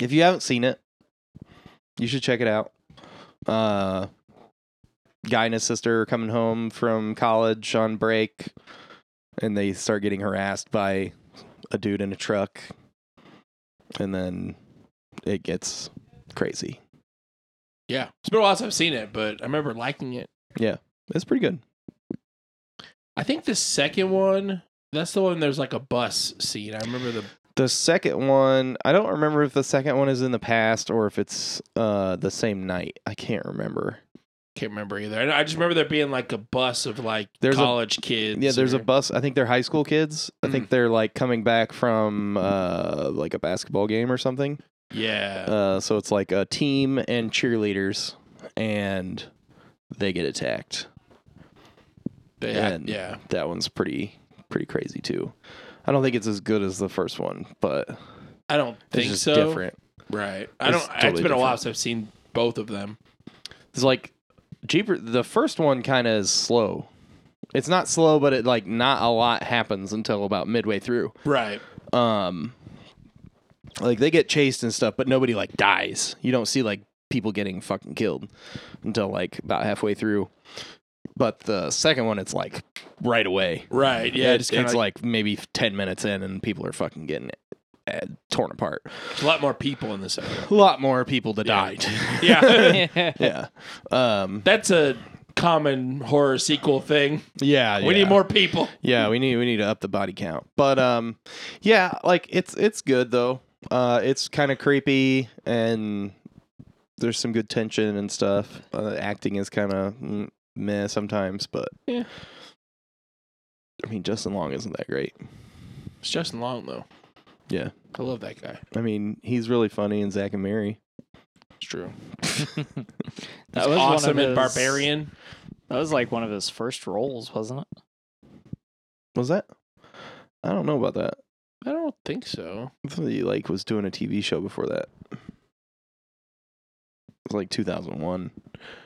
Speaker 3: if you haven't seen it, you should check it out. Uh, guy and his sister are coming home from college on break, and they start getting harassed by a dude in a truck, and then it gets crazy.
Speaker 1: Yeah. It's been a while since I've seen it, but I remember liking it.
Speaker 3: It's pretty good.
Speaker 1: I think the second one, that's the one there's like a bus scene. I remember the
Speaker 3: The second one, I don't remember if the second one is in the past or if it's uh the same night. I can't remember.
Speaker 1: can't remember either. And I just remember there being like a bus of like
Speaker 3: There's a-
Speaker 1: college kids.
Speaker 3: Yeah, there's a
Speaker 1: or-
Speaker 3: bus. I think they're high school kids. I think they're like coming back from uh like a basketball game or something.
Speaker 1: Yeah.
Speaker 3: Uh so it's like a team and cheerleaders and they get attacked.
Speaker 1: They had-
Speaker 3: and-
Speaker 1: yeah.
Speaker 3: That one's pretty pretty crazy too. I don't think it's as good as the first one, but it's
Speaker 1: I don't think
Speaker 3: just
Speaker 1: so.
Speaker 3: different.
Speaker 1: Right. I
Speaker 3: It's
Speaker 1: don't it's been
Speaker 3: totally
Speaker 1: a while
Speaker 3: different.
Speaker 1: since I've seen both of them.
Speaker 3: It's like Jeeper the first one kind of is slow. It's not slow, but it like not a lot happens until about midway through.
Speaker 1: Right.
Speaker 3: um like they get chased and stuff but nobody like dies you don't see like people getting fucking killed until like about halfway through but the second one it's like right away
Speaker 1: Right. Yeah.
Speaker 3: it's,
Speaker 1: kinda
Speaker 3: it's like maybe 10 minutes in and people are fucking getting uh, torn apart
Speaker 1: a lot more people in the
Speaker 3: [laughs]
Speaker 1: second. one. [laughs]
Speaker 3: a lot more people that [laughs]
Speaker 1: Yeah.
Speaker 3: died
Speaker 1: Yeah.
Speaker 3: yeah um
Speaker 1: That's a common horror sequel thing.
Speaker 3: Yeah,
Speaker 1: We
Speaker 3: yeah.
Speaker 1: need more people.
Speaker 3: Yeah, we need we need to up the body count. But um yeah, like it's it's good though. Uh it's kind of creepy and there's some good tension and stuff. Uh, acting is kind of mm, meh sometimes, but
Speaker 1: Yeah.
Speaker 3: I mean, Justin Long isn't that great.
Speaker 1: It's Justin Long though.
Speaker 3: Yeah.
Speaker 1: I love that guy.
Speaker 3: I mean, he's really funny in Zack and Mary.
Speaker 1: It's true.
Speaker 4: That
Speaker 1: He's
Speaker 4: was one
Speaker 1: awesome
Speaker 4: of
Speaker 1: and
Speaker 4: his-
Speaker 1: barbarian.
Speaker 4: That was like one of his first roles, wasn't it?
Speaker 3: Was that? I don't know about that.
Speaker 1: I don't think so.
Speaker 3: I thought he like was doing a TV show before that. It was like 2001.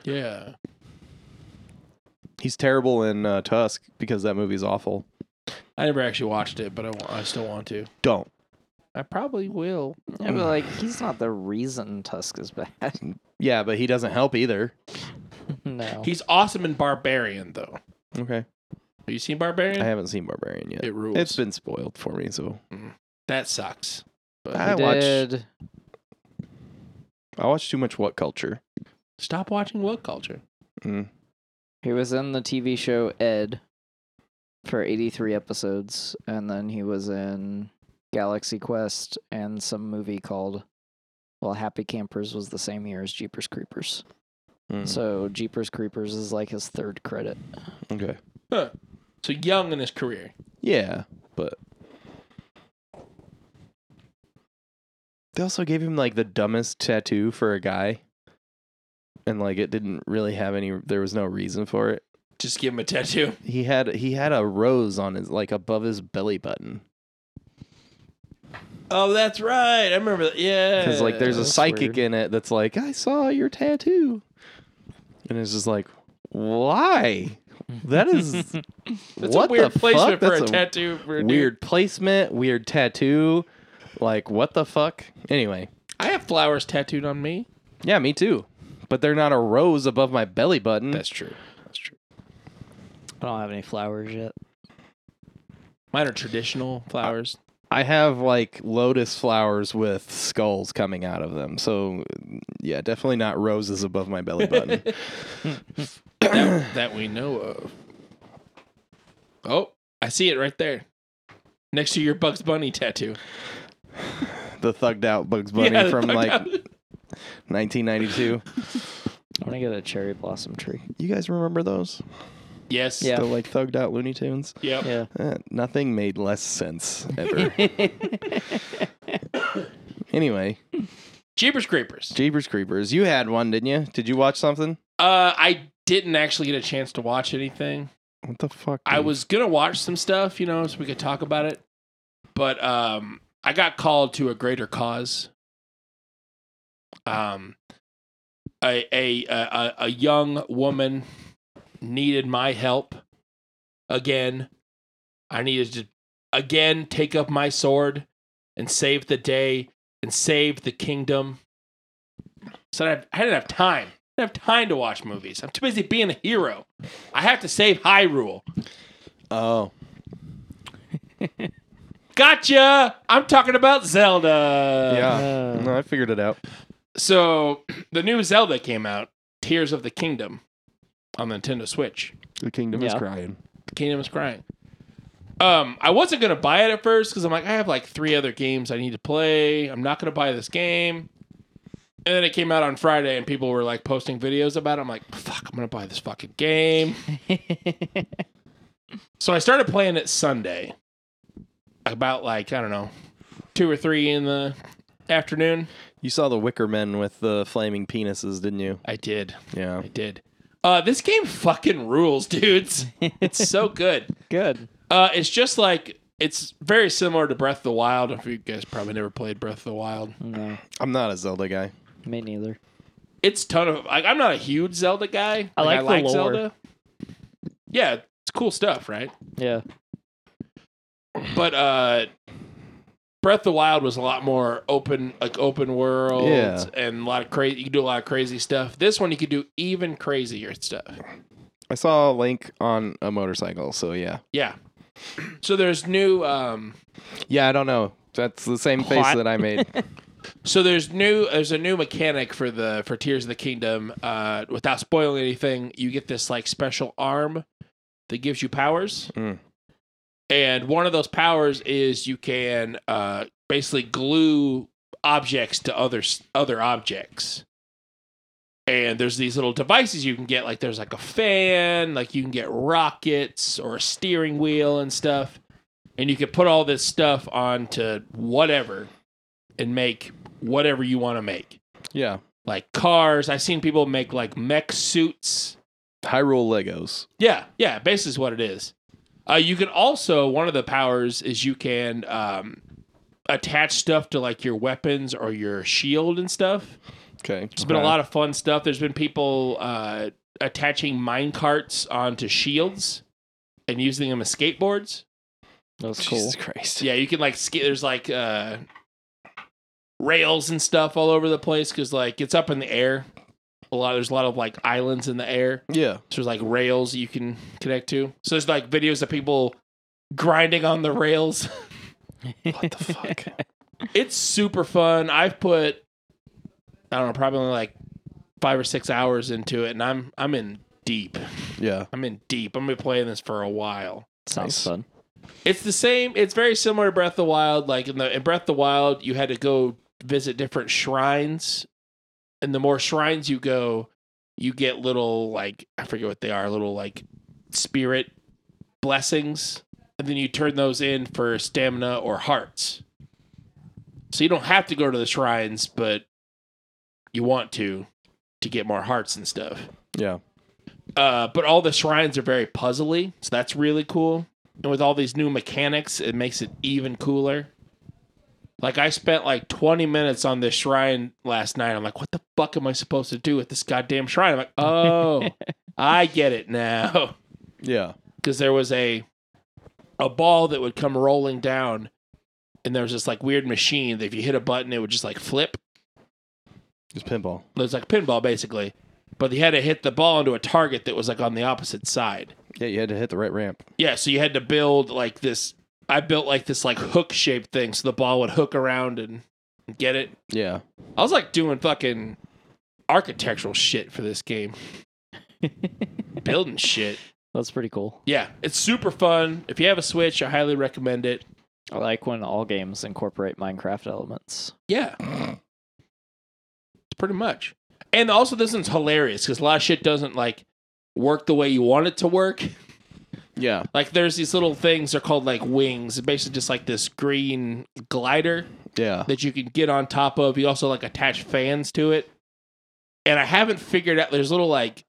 Speaker 1: Yeah.
Speaker 3: He's terrible in uh, Tusk because that movie's awful.
Speaker 1: I never actually watched it, but I, wa- I still want to.
Speaker 3: Don't.
Speaker 1: I probably will.
Speaker 4: Yeah, but like he's not the reason Tusk is bad. [laughs]
Speaker 3: Yeah, but he doesn't help either.
Speaker 4: no.
Speaker 1: He's awesome and barbarian though.
Speaker 3: Okay.
Speaker 1: Have you seen
Speaker 3: I
Speaker 1: Barbarian?
Speaker 3: haven't seen Barbarian yet.
Speaker 1: it rules.
Speaker 3: It's been spoiled for me, so
Speaker 1: that sucks. But
Speaker 3: I watched-
Speaker 4: did.
Speaker 3: I watch too much What Culture.
Speaker 1: stop watching Woke Culture.
Speaker 3: Mm.
Speaker 4: He was in the TV show Ed for 83 episodes, and then he was in Galaxy Quest and some movie called. Well, Happy Campers was the same year as Jeepers Creepers.
Speaker 3: Mm.
Speaker 4: So Jeepers Creepers is like his third credit.
Speaker 3: okay.
Speaker 1: Huh. So young in his career.
Speaker 3: Yeah, but they also gave him like the dumbest tattoo for a guy, and like it didn't really have any. There was no reason for it.
Speaker 1: Just give him a tattoo.
Speaker 3: He had he had a rose on his like above his belly button.
Speaker 1: Oh, that's right. I remember that. Yeah.
Speaker 3: Because like there's a
Speaker 4: that's
Speaker 3: psychic
Speaker 4: weird.
Speaker 3: in it that's like, I saw your tattoo. And it's just like, why? That is
Speaker 1: That's a
Speaker 3: what
Speaker 1: weird
Speaker 3: the
Speaker 1: placement
Speaker 3: fuck?
Speaker 1: for
Speaker 3: That's
Speaker 1: a tattoo. For a dude.
Speaker 3: Weird placement, weird tattoo. Like what the fuck? Anyway,
Speaker 1: I have flowers tattooed on me.
Speaker 3: yeah, me too. But they're not a rose above my belly button.
Speaker 1: true. That's true.
Speaker 4: I don't have any flowers yet.
Speaker 1: Mine are traditional flowers.
Speaker 3: I have like lotus flowers with skulls coming out of them. So yeah, definitely not roses above my belly button.
Speaker 1: that, that we know of. Oh, I see it right there. Next to your Bugs Bunny tattoo.
Speaker 3: the thugged out Bugs [laughs] Bunny
Speaker 1: Yeah,
Speaker 3: from
Speaker 1: fuck
Speaker 3: like
Speaker 1: out.
Speaker 3: 1992.
Speaker 4: I want to get a cherry blossom tree.
Speaker 3: You guys remember those?
Speaker 1: Yes.
Speaker 4: Yeah.
Speaker 3: The like thugged out Looney Tunes.
Speaker 1: Yep.
Speaker 4: Yeah.
Speaker 3: Eh, nothing made less sense
Speaker 1: [laughs]
Speaker 3: ever. anyway,
Speaker 1: Jeepers Creepers.
Speaker 3: Jeepers Creepers. You had one, didn't you? Did you watch something?
Speaker 1: Uh, I didn't actually get a chance to watch anything.
Speaker 3: What the fuck?
Speaker 1: I
Speaker 3: dude?
Speaker 1: was gonna watch some stuff, you know, so we could talk about it. But um, I got called to a greater cause. Um, a a a, a, a young woman needed my help again. I needed to again take up my sword and save the day and save the kingdom. So I, I didn't have time. I didn't have time to watch movies. I'm too busy being a hero. I have to save Hyrule.
Speaker 3: Oh,
Speaker 1: Gotcha. I'm talking about Zelda.
Speaker 3: yeah. Uh, no, I figured it out.
Speaker 1: So [clears throat] the new Zelda came out, Tears of the Kingdom, on the Nintendo Switch.
Speaker 3: The kingdom
Speaker 4: is Yeah.
Speaker 3: crying.
Speaker 1: The kingdom is crying. Um, I wasn't gonna buy it at first because I'm like, I have like three other games I need to play. I'm not gonna buy this game. And then it came out on Friday, and people were like posting videos about it. I'm like, fuck, I'm gonna buy this fucking game. So I started playing it Sunday, about like I don't know, two or three in the afternoon.
Speaker 3: You saw the Wicker Men with the flaming penises, didn't you?
Speaker 1: I did.
Speaker 3: Yeah.
Speaker 1: I did. Uh, this game fucking rules, dudes.
Speaker 4: [laughs]
Speaker 1: It's so good.
Speaker 4: Good.
Speaker 1: Uh, it's just like it's very similar to Breath of the Wild. If you guys probably never played Breath of the Wild,
Speaker 4: No,
Speaker 3: I'm not a Zelda guy.
Speaker 4: me neither.
Speaker 1: it's ton of. Like, I'm not a huge Zelda guy.
Speaker 4: I like the lore.
Speaker 1: Yeah, it's cool stuff, right?
Speaker 4: Yeah.
Speaker 1: But uh, Breath of the Wild was a lot more open, like open world,
Speaker 3: Yeah.
Speaker 1: and a lot of crazy. You could do a lot of crazy stuff. This one, you could do even crazier stuff.
Speaker 3: I saw Link on a motorcycle, so yeah.
Speaker 1: Yeah. So there's new um,
Speaker 3: Yeah, I don't know. That's the same face
Speaker 4: Plot.
Speaker 1: [laughs]
Speaker 3: that I made.
Speaker 1: So there's new there's a new mechanic for the for Tears of the Kingdom. Uh, without spoiling anything, you get this like special arm that gives you powers,
Speaker 3: Mm.
Speaker 1: and one of those powers is you can uh, basically glue objects to other s- other objects. And there's these little devices you can get, like there's like a fan, like you can get rockets or a steering wheel and stuff, and you can put all this stuff onto whatever and make whatever you want to make.
Speaker 3: Yeah.
Speaker 1: Like cars, I've seen people make like mech suits.
Speaker 3: Hyrule Legos.
Speaker 1: Yeah, yeah, basically is what it is. Uh, you can also one of the powers is you can um, attach stuff to like your weapons or your shield and stuff.
Speaker 3: Okay.
Speaker 1: There's been a lot of fun stuff. There's been people uh, attaching mine carts onto shields and using them as skateboards.
Speaker 4: That's cool.
Speaker 3: Jesus Christ.
Speaker 1: Yeah, you can like ski. There's like uh, rails and stuff all over the place because like it's up in the air. A lot there's a lot of like islands in the air.
Speaker 3: Yeah.
Speaker 1: So there's like rails you can connect to. So there's like videos of people grinding on the rails.
Speaker 3: What the
Speaker 1: [laughs]
Speaker 3: fuck?
Speaker 1: it's super fun. I've put I don't know probably only like five or six hours into it, and I'm I'm in deep.
Speaker 3: Yeah.
Speaker 1: I'm in deep. I'm gonna be playing this for a while.
Speaker 4: Sounds fun. [laughs]
Speaker 1: It's the same. It's very similar to Breath of the Wild. Like in the in Breath of the Wild, you had to go visit different shrines, and the more shrines you go, you get little like I forget what they are, little like spirit blessings, and then you turn those in for stamina or hearts. So you don't have to go to the shrines, but you want to to get more hearts and stuff.
Speaker 3: Yeah.
Speaker 1: Uh, but all the shrines are very puzzly, so that's really cool. And with all these new mechanics, it makes it even cooler. Like I spent like 20 minutes on this shrine last night. I'm like, what the fuck am I supposed to do with this goddamn shrine? I'm like, oh, I get it now. [laughs]
Speaker 3: Yeah.
Speaker 1: Because there was a a ball that would come rolling down, and there was this like weird machine that if you hit a button, it would just like flip.
Speaker 3: It's pinball.
Speaker 1: It was like pinball basically. But you had to hit the ball into a target that was like on the opposite side.
Speaker 3: Yeah, you had to hit the right ramp.
Speaker 1: Yeah, so you had to build like this. I built like this like hook shaped thing, so the ball would hook around and get it.
Speaker 3: Yeah.
Speaker 1: I was like doing fucking architectural shit for this game, building shit.
Speaker 4: That's pretty cool.
Speaker 1: Yeah, it's super fun. If you have a Switch, I highly recommend it.
Speaker 4: I like when all games incorporate Minecraft elements.
Speaker 1: Yeah, pretty much. And also, this one's hilarious because a lot of shit doesn't like work the way you want it to work.
Speaker 3: Yeah.
Speaker 1: Like, there's these little things they're called like wings, basically just like this green glider.
Speaker 3: Yeah.
Speaker 1: that you can get on top of. You also like attach fans to it. And I haven't figured out there's little like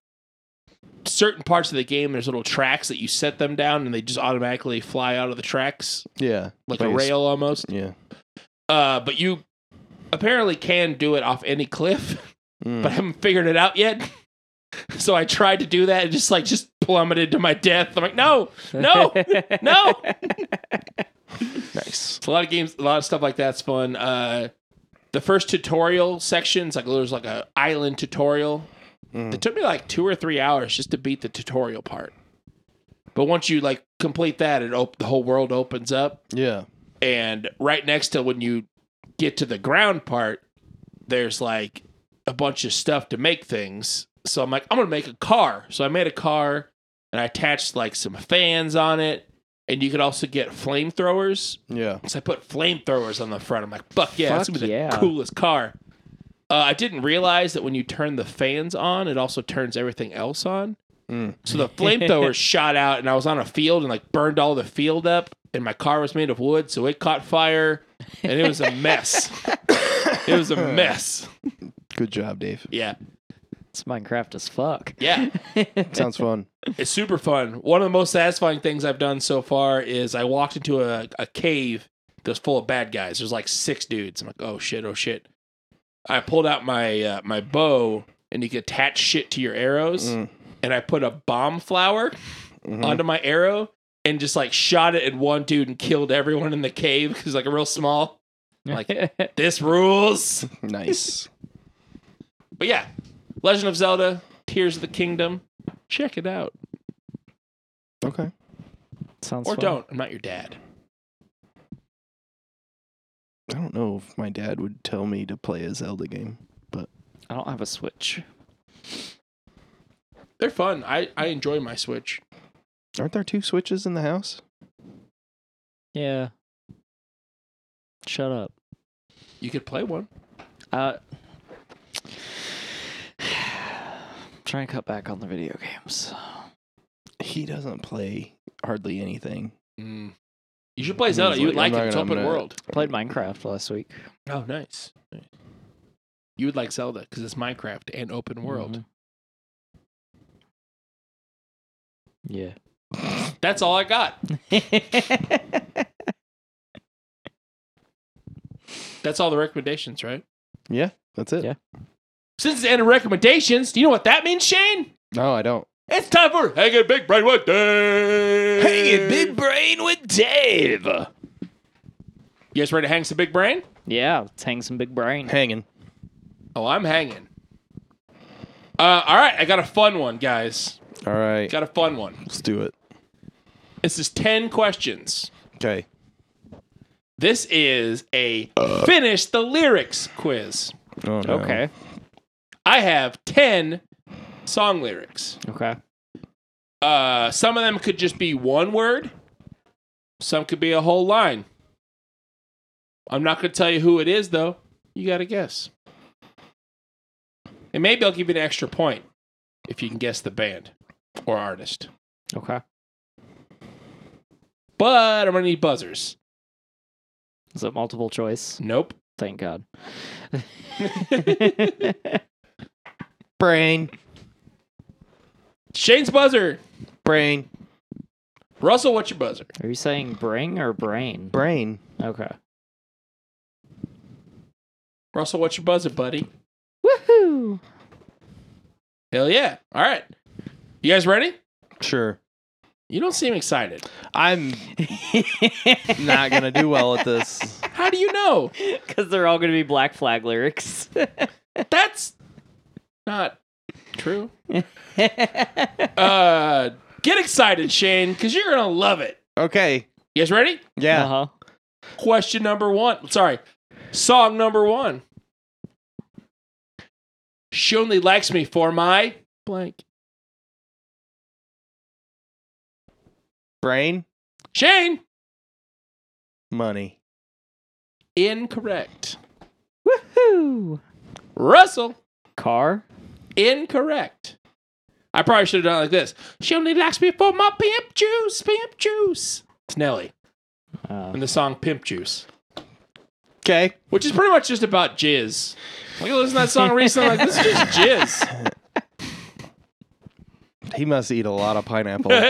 Speaker 1: certain parts of the game, there's little tracks that you set them down and they just automatically fly out of the tracks,
Speaker 3: Yeah.
Speaker 1: like
Speaker 3: But
Speaker 1: a
Speaker 3: you s-
Speaker 1: rail almost.
Speaker 3: Yeah.
Speaker 1: Uh, but you apparently can do it off any cliff, [laughs]
Speaker 3: Mm.
Speaker 1: but I haven't figured it out yet. [laughs] so I tried to do that and just like just plummeted to my death. I'm like, no, no, no.
Speaker 3: nice.
Speaker 1: It's a lot of games, a lot of stuff like that's fun. Uh, the first tutorial sections, like there's like a island tutorial.
Speaker 3: Mm.
Speaker 1: It took me like two or three hours just to beat the tutorial part. But once you like complete that, it op- the whole world opens up.
Speaker 3: Yeah.
Speaker 1: And right next to when you get to the ground part, there's like a bunch of stuff to make things. So I'm like, I'm gonna make a car. So I made a car, and I attached like some fans on it. And you could also get flamethrowers,
Speaker 3: Yeah.
Speaker 1: so I put flamethrowers on the front. I'm like, fuck yeah, it's
Speaker 4: Fuck
Speaker 1: gonna be
Speaker 4: yeah.
Speaker 1: the coolest car. Uh, I didn't realize that when you turn the fans on, it also turns everything else on.
Speaker 3: Mm.
Speaker 1: So the
Speaker 4: [laughs]
Speaker 1: flamethrowers shot out, and I was on a field and like burned all the field up. And my car was made of wood, so it caught fire, and it was a
Speaker 4: [laughs]
Speaker 1: mess. it was a mess.
Speaker 3: Good job, Dave.
Speaker 1: Yeah,
Speaker 4: [laughs] It's Minecraft as fuck.
Speaker 1: yeah.
Speaker 3: Sounds fun.
Speaker 1: It's super fun. One of the most satisfying things I've done so far is I walked into a, a cave that's full of bad guys. There's like six dudes. I'm like, oh shit, oh shit. I pulled out my uh, my bow, and you can attach shit to your arrows.
Speaker 3: Mm.
Speaker 1: And I put a bomb flower
Speaker 3: Mhm.
Speaker 1: onto my arrow, and just like shot it at one dude and killed everyone in the cave because like real small. Like- This rules.
Speaker 3: [laughs] Nice.
Speaker 1: But yeah, Legend of Zelda: Tears of the Kingdom. Check it out,
Speaker 3: okay.
Speaker 4: [laughs] sounds
Speaker 1: or
Speaker 4: fun.
Speaker 1: don't. I'm not your dad.
Speaker 3: I don't know if my dad would tell me to play a Zelda game.
Speaker 4: I don't have a Switch.
Speaker 1: They're fun. I, I enjoy my Switch.
Speaker 3: Aren't there two Switches in the house?
Speaker 4: Yeah. Shut up.
Speaker 1: You could play one.
Speaker 4: Uh, [sighs] try and cut back on the video games.
Speaker 3: He doesn't play hardly anything.
Speaker 1: Mm. You should play
Speaker 3: He's
Speaker 1: Zelda. You would
Speaker 3: like,
Speaker 1: like
Speaker 3: I'm
Speaker 1: it.
Speaker 3: not
Speaker 1: It's
Speaker 3: gonna-
Speaker 1: open
Speaker 3: I'm not-
Speaker 1: world.
Speaker 4: Played Minecraft last week.
Speaker 1: Oh, nice. Nice. You would like Zelda because it's Minecraft and open world.
Speaker 4: Mhm. Yeah.
Speaker 1: That's all I got. That's all the recommendations, right?
Speaker 3: Yeah, that's it.
Speaker 4: Yeah.
Speaker 1: Since it's the end of recommendations, do you know what that means, Shane?
Speaker 3: No, I don't.
Speaker 1: It's time for Hang It Big Brain with Dave.
Speaker 5: brain with Dave.
Speaker 1: You guys ready to hang some big brain?
Speaker 4: [laughs] yeah, let's hang some big brain.
Speaker 3: Hanging.
Speaker 1: Oh, I'm hanging. Uh, all right, I got a fun one, guys.
Speaker 3: All right,
Speaker 1: Got a fun one.
Speaker 3: let's do it.
Speaker 1: This is ten questions.
Speaker 3: Okay.
Speaker 1: This is a finish the lyrics quiz.
Speaker 3: Oh, no.
Speaker 4: Okay.
Speaker 1: I have ten song lyrics.
Speaker 4: Okay.
Speaker 1: Uh, some of them could just be one word. Some could be a whole line. I'm not going to tell you who it is, though. You got to guess. And maybe I'll give you an extra point if you can guess the band or artist.
Speaker 4: Okay.
Speaker 1: But I'm going to need buzzers.
Speaker 4: Is it multiple choice?
Speaker 1: Nope.
Speaker 4: Thank God. [laughs]
Speaker 3: Brain.
Speaker 1: Shane's buzzer.
Speaker 3: Brain.
Speaker 1: Russell, what's your buzzer?
Speaker 4: Are you saying bring or brain?
Speaker 3: Brain.
Speaker 4: Okay.
Speaker 1: Russell, what's your buzzer, buddy?
Speaker 4: [laughs] Woohoo!
Speaker 1: Hell yeah. All right. You guys ready?
Speaker 3: Sure.
Speaker 1: You don't seem excited.
Speaker 3: I'm not gonna do well at this.
Speaker 1: How do you know?
Speaker 4: Because they're all going to be Black Flag lyrics.
Speaker 1: That's not true. Uh, get excited, Shane, because you're gonna love it.
Speaker 3: Okay.
Speaker 1: You guys ready?
Speaker 3: Yeah.
Speaker 4: Uh-huh.
Speaker 1: Question number one. Sorry, song number one. She only likes me for my blank.
Speaker 3: Brain.
Speaker 1: Shane,
Speaker 3: Money.
Speaker 1: incorrect.
Speaker 4: Woohoo!
Speaker 1: Russell,
Speaker 4: Car?
Speaker 1: incorrect. I probably should have done it like this. She only likes me for my pimp juice, pimp juice. It's Nelly
Speaker 4: Uh,
Speaker 1: in the song Pimp Juice,
Speaker 3: Okay.
Speaker 1: which is pretty much just about jizz. Like, I listened to that song recently. Like, this is just jizz.
Speaker 3: He must eat a lot of pineapple.
Speaker 1: [laughs]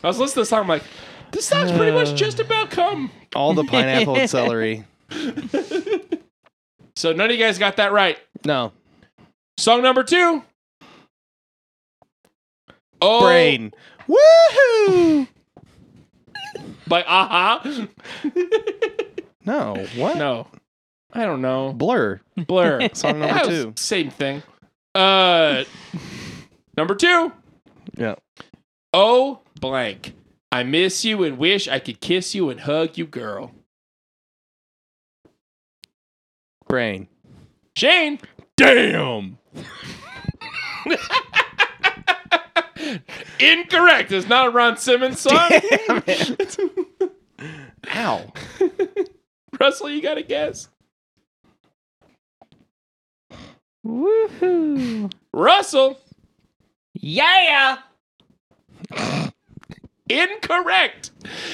Speaker 1: I was listening to the song, I'm like, this song's pretty much just about cum.
Speaker 3: All the pineapple and celery.
Speaker 1: So none of you guys got that right.
Speaker 3: No.
Speaker 1: Song number two. Oh,
Speaker 3: Brain. Woohoo!
Speaker 1: By Aha.
Speaker 3: No. What?
Speaker 1: uh-huh. No, I don't know.
Speaker 3: Blur.
Speaker 1: Blur.
Speaker 3: Song number
Speaker 1: That was
Speaker 3: two.
Speaker 1: Same thing.
Speaker 3: [laughs]
Speaker 1: Uh, number two.
Speaker 3: Yeah.
Speaker 1: Oh, blank. I miss you and wish I could kiss you and hug you, girl.
Speaker 3: Brain.
Speaker 1: Shane.
Speaker 3: Damn.
Speaker 1: Incorrect. It's not a Ron
Speaker 3: [laughs]
Speaker 1: Simmons song.
Speaker 3: Ow.
Speaker 1: Russell, you got to guess.
Speaker 4: woohoo!
Speaker 1: Russell,
Speaker 4: Yeah!
Speaker 1: incorrect.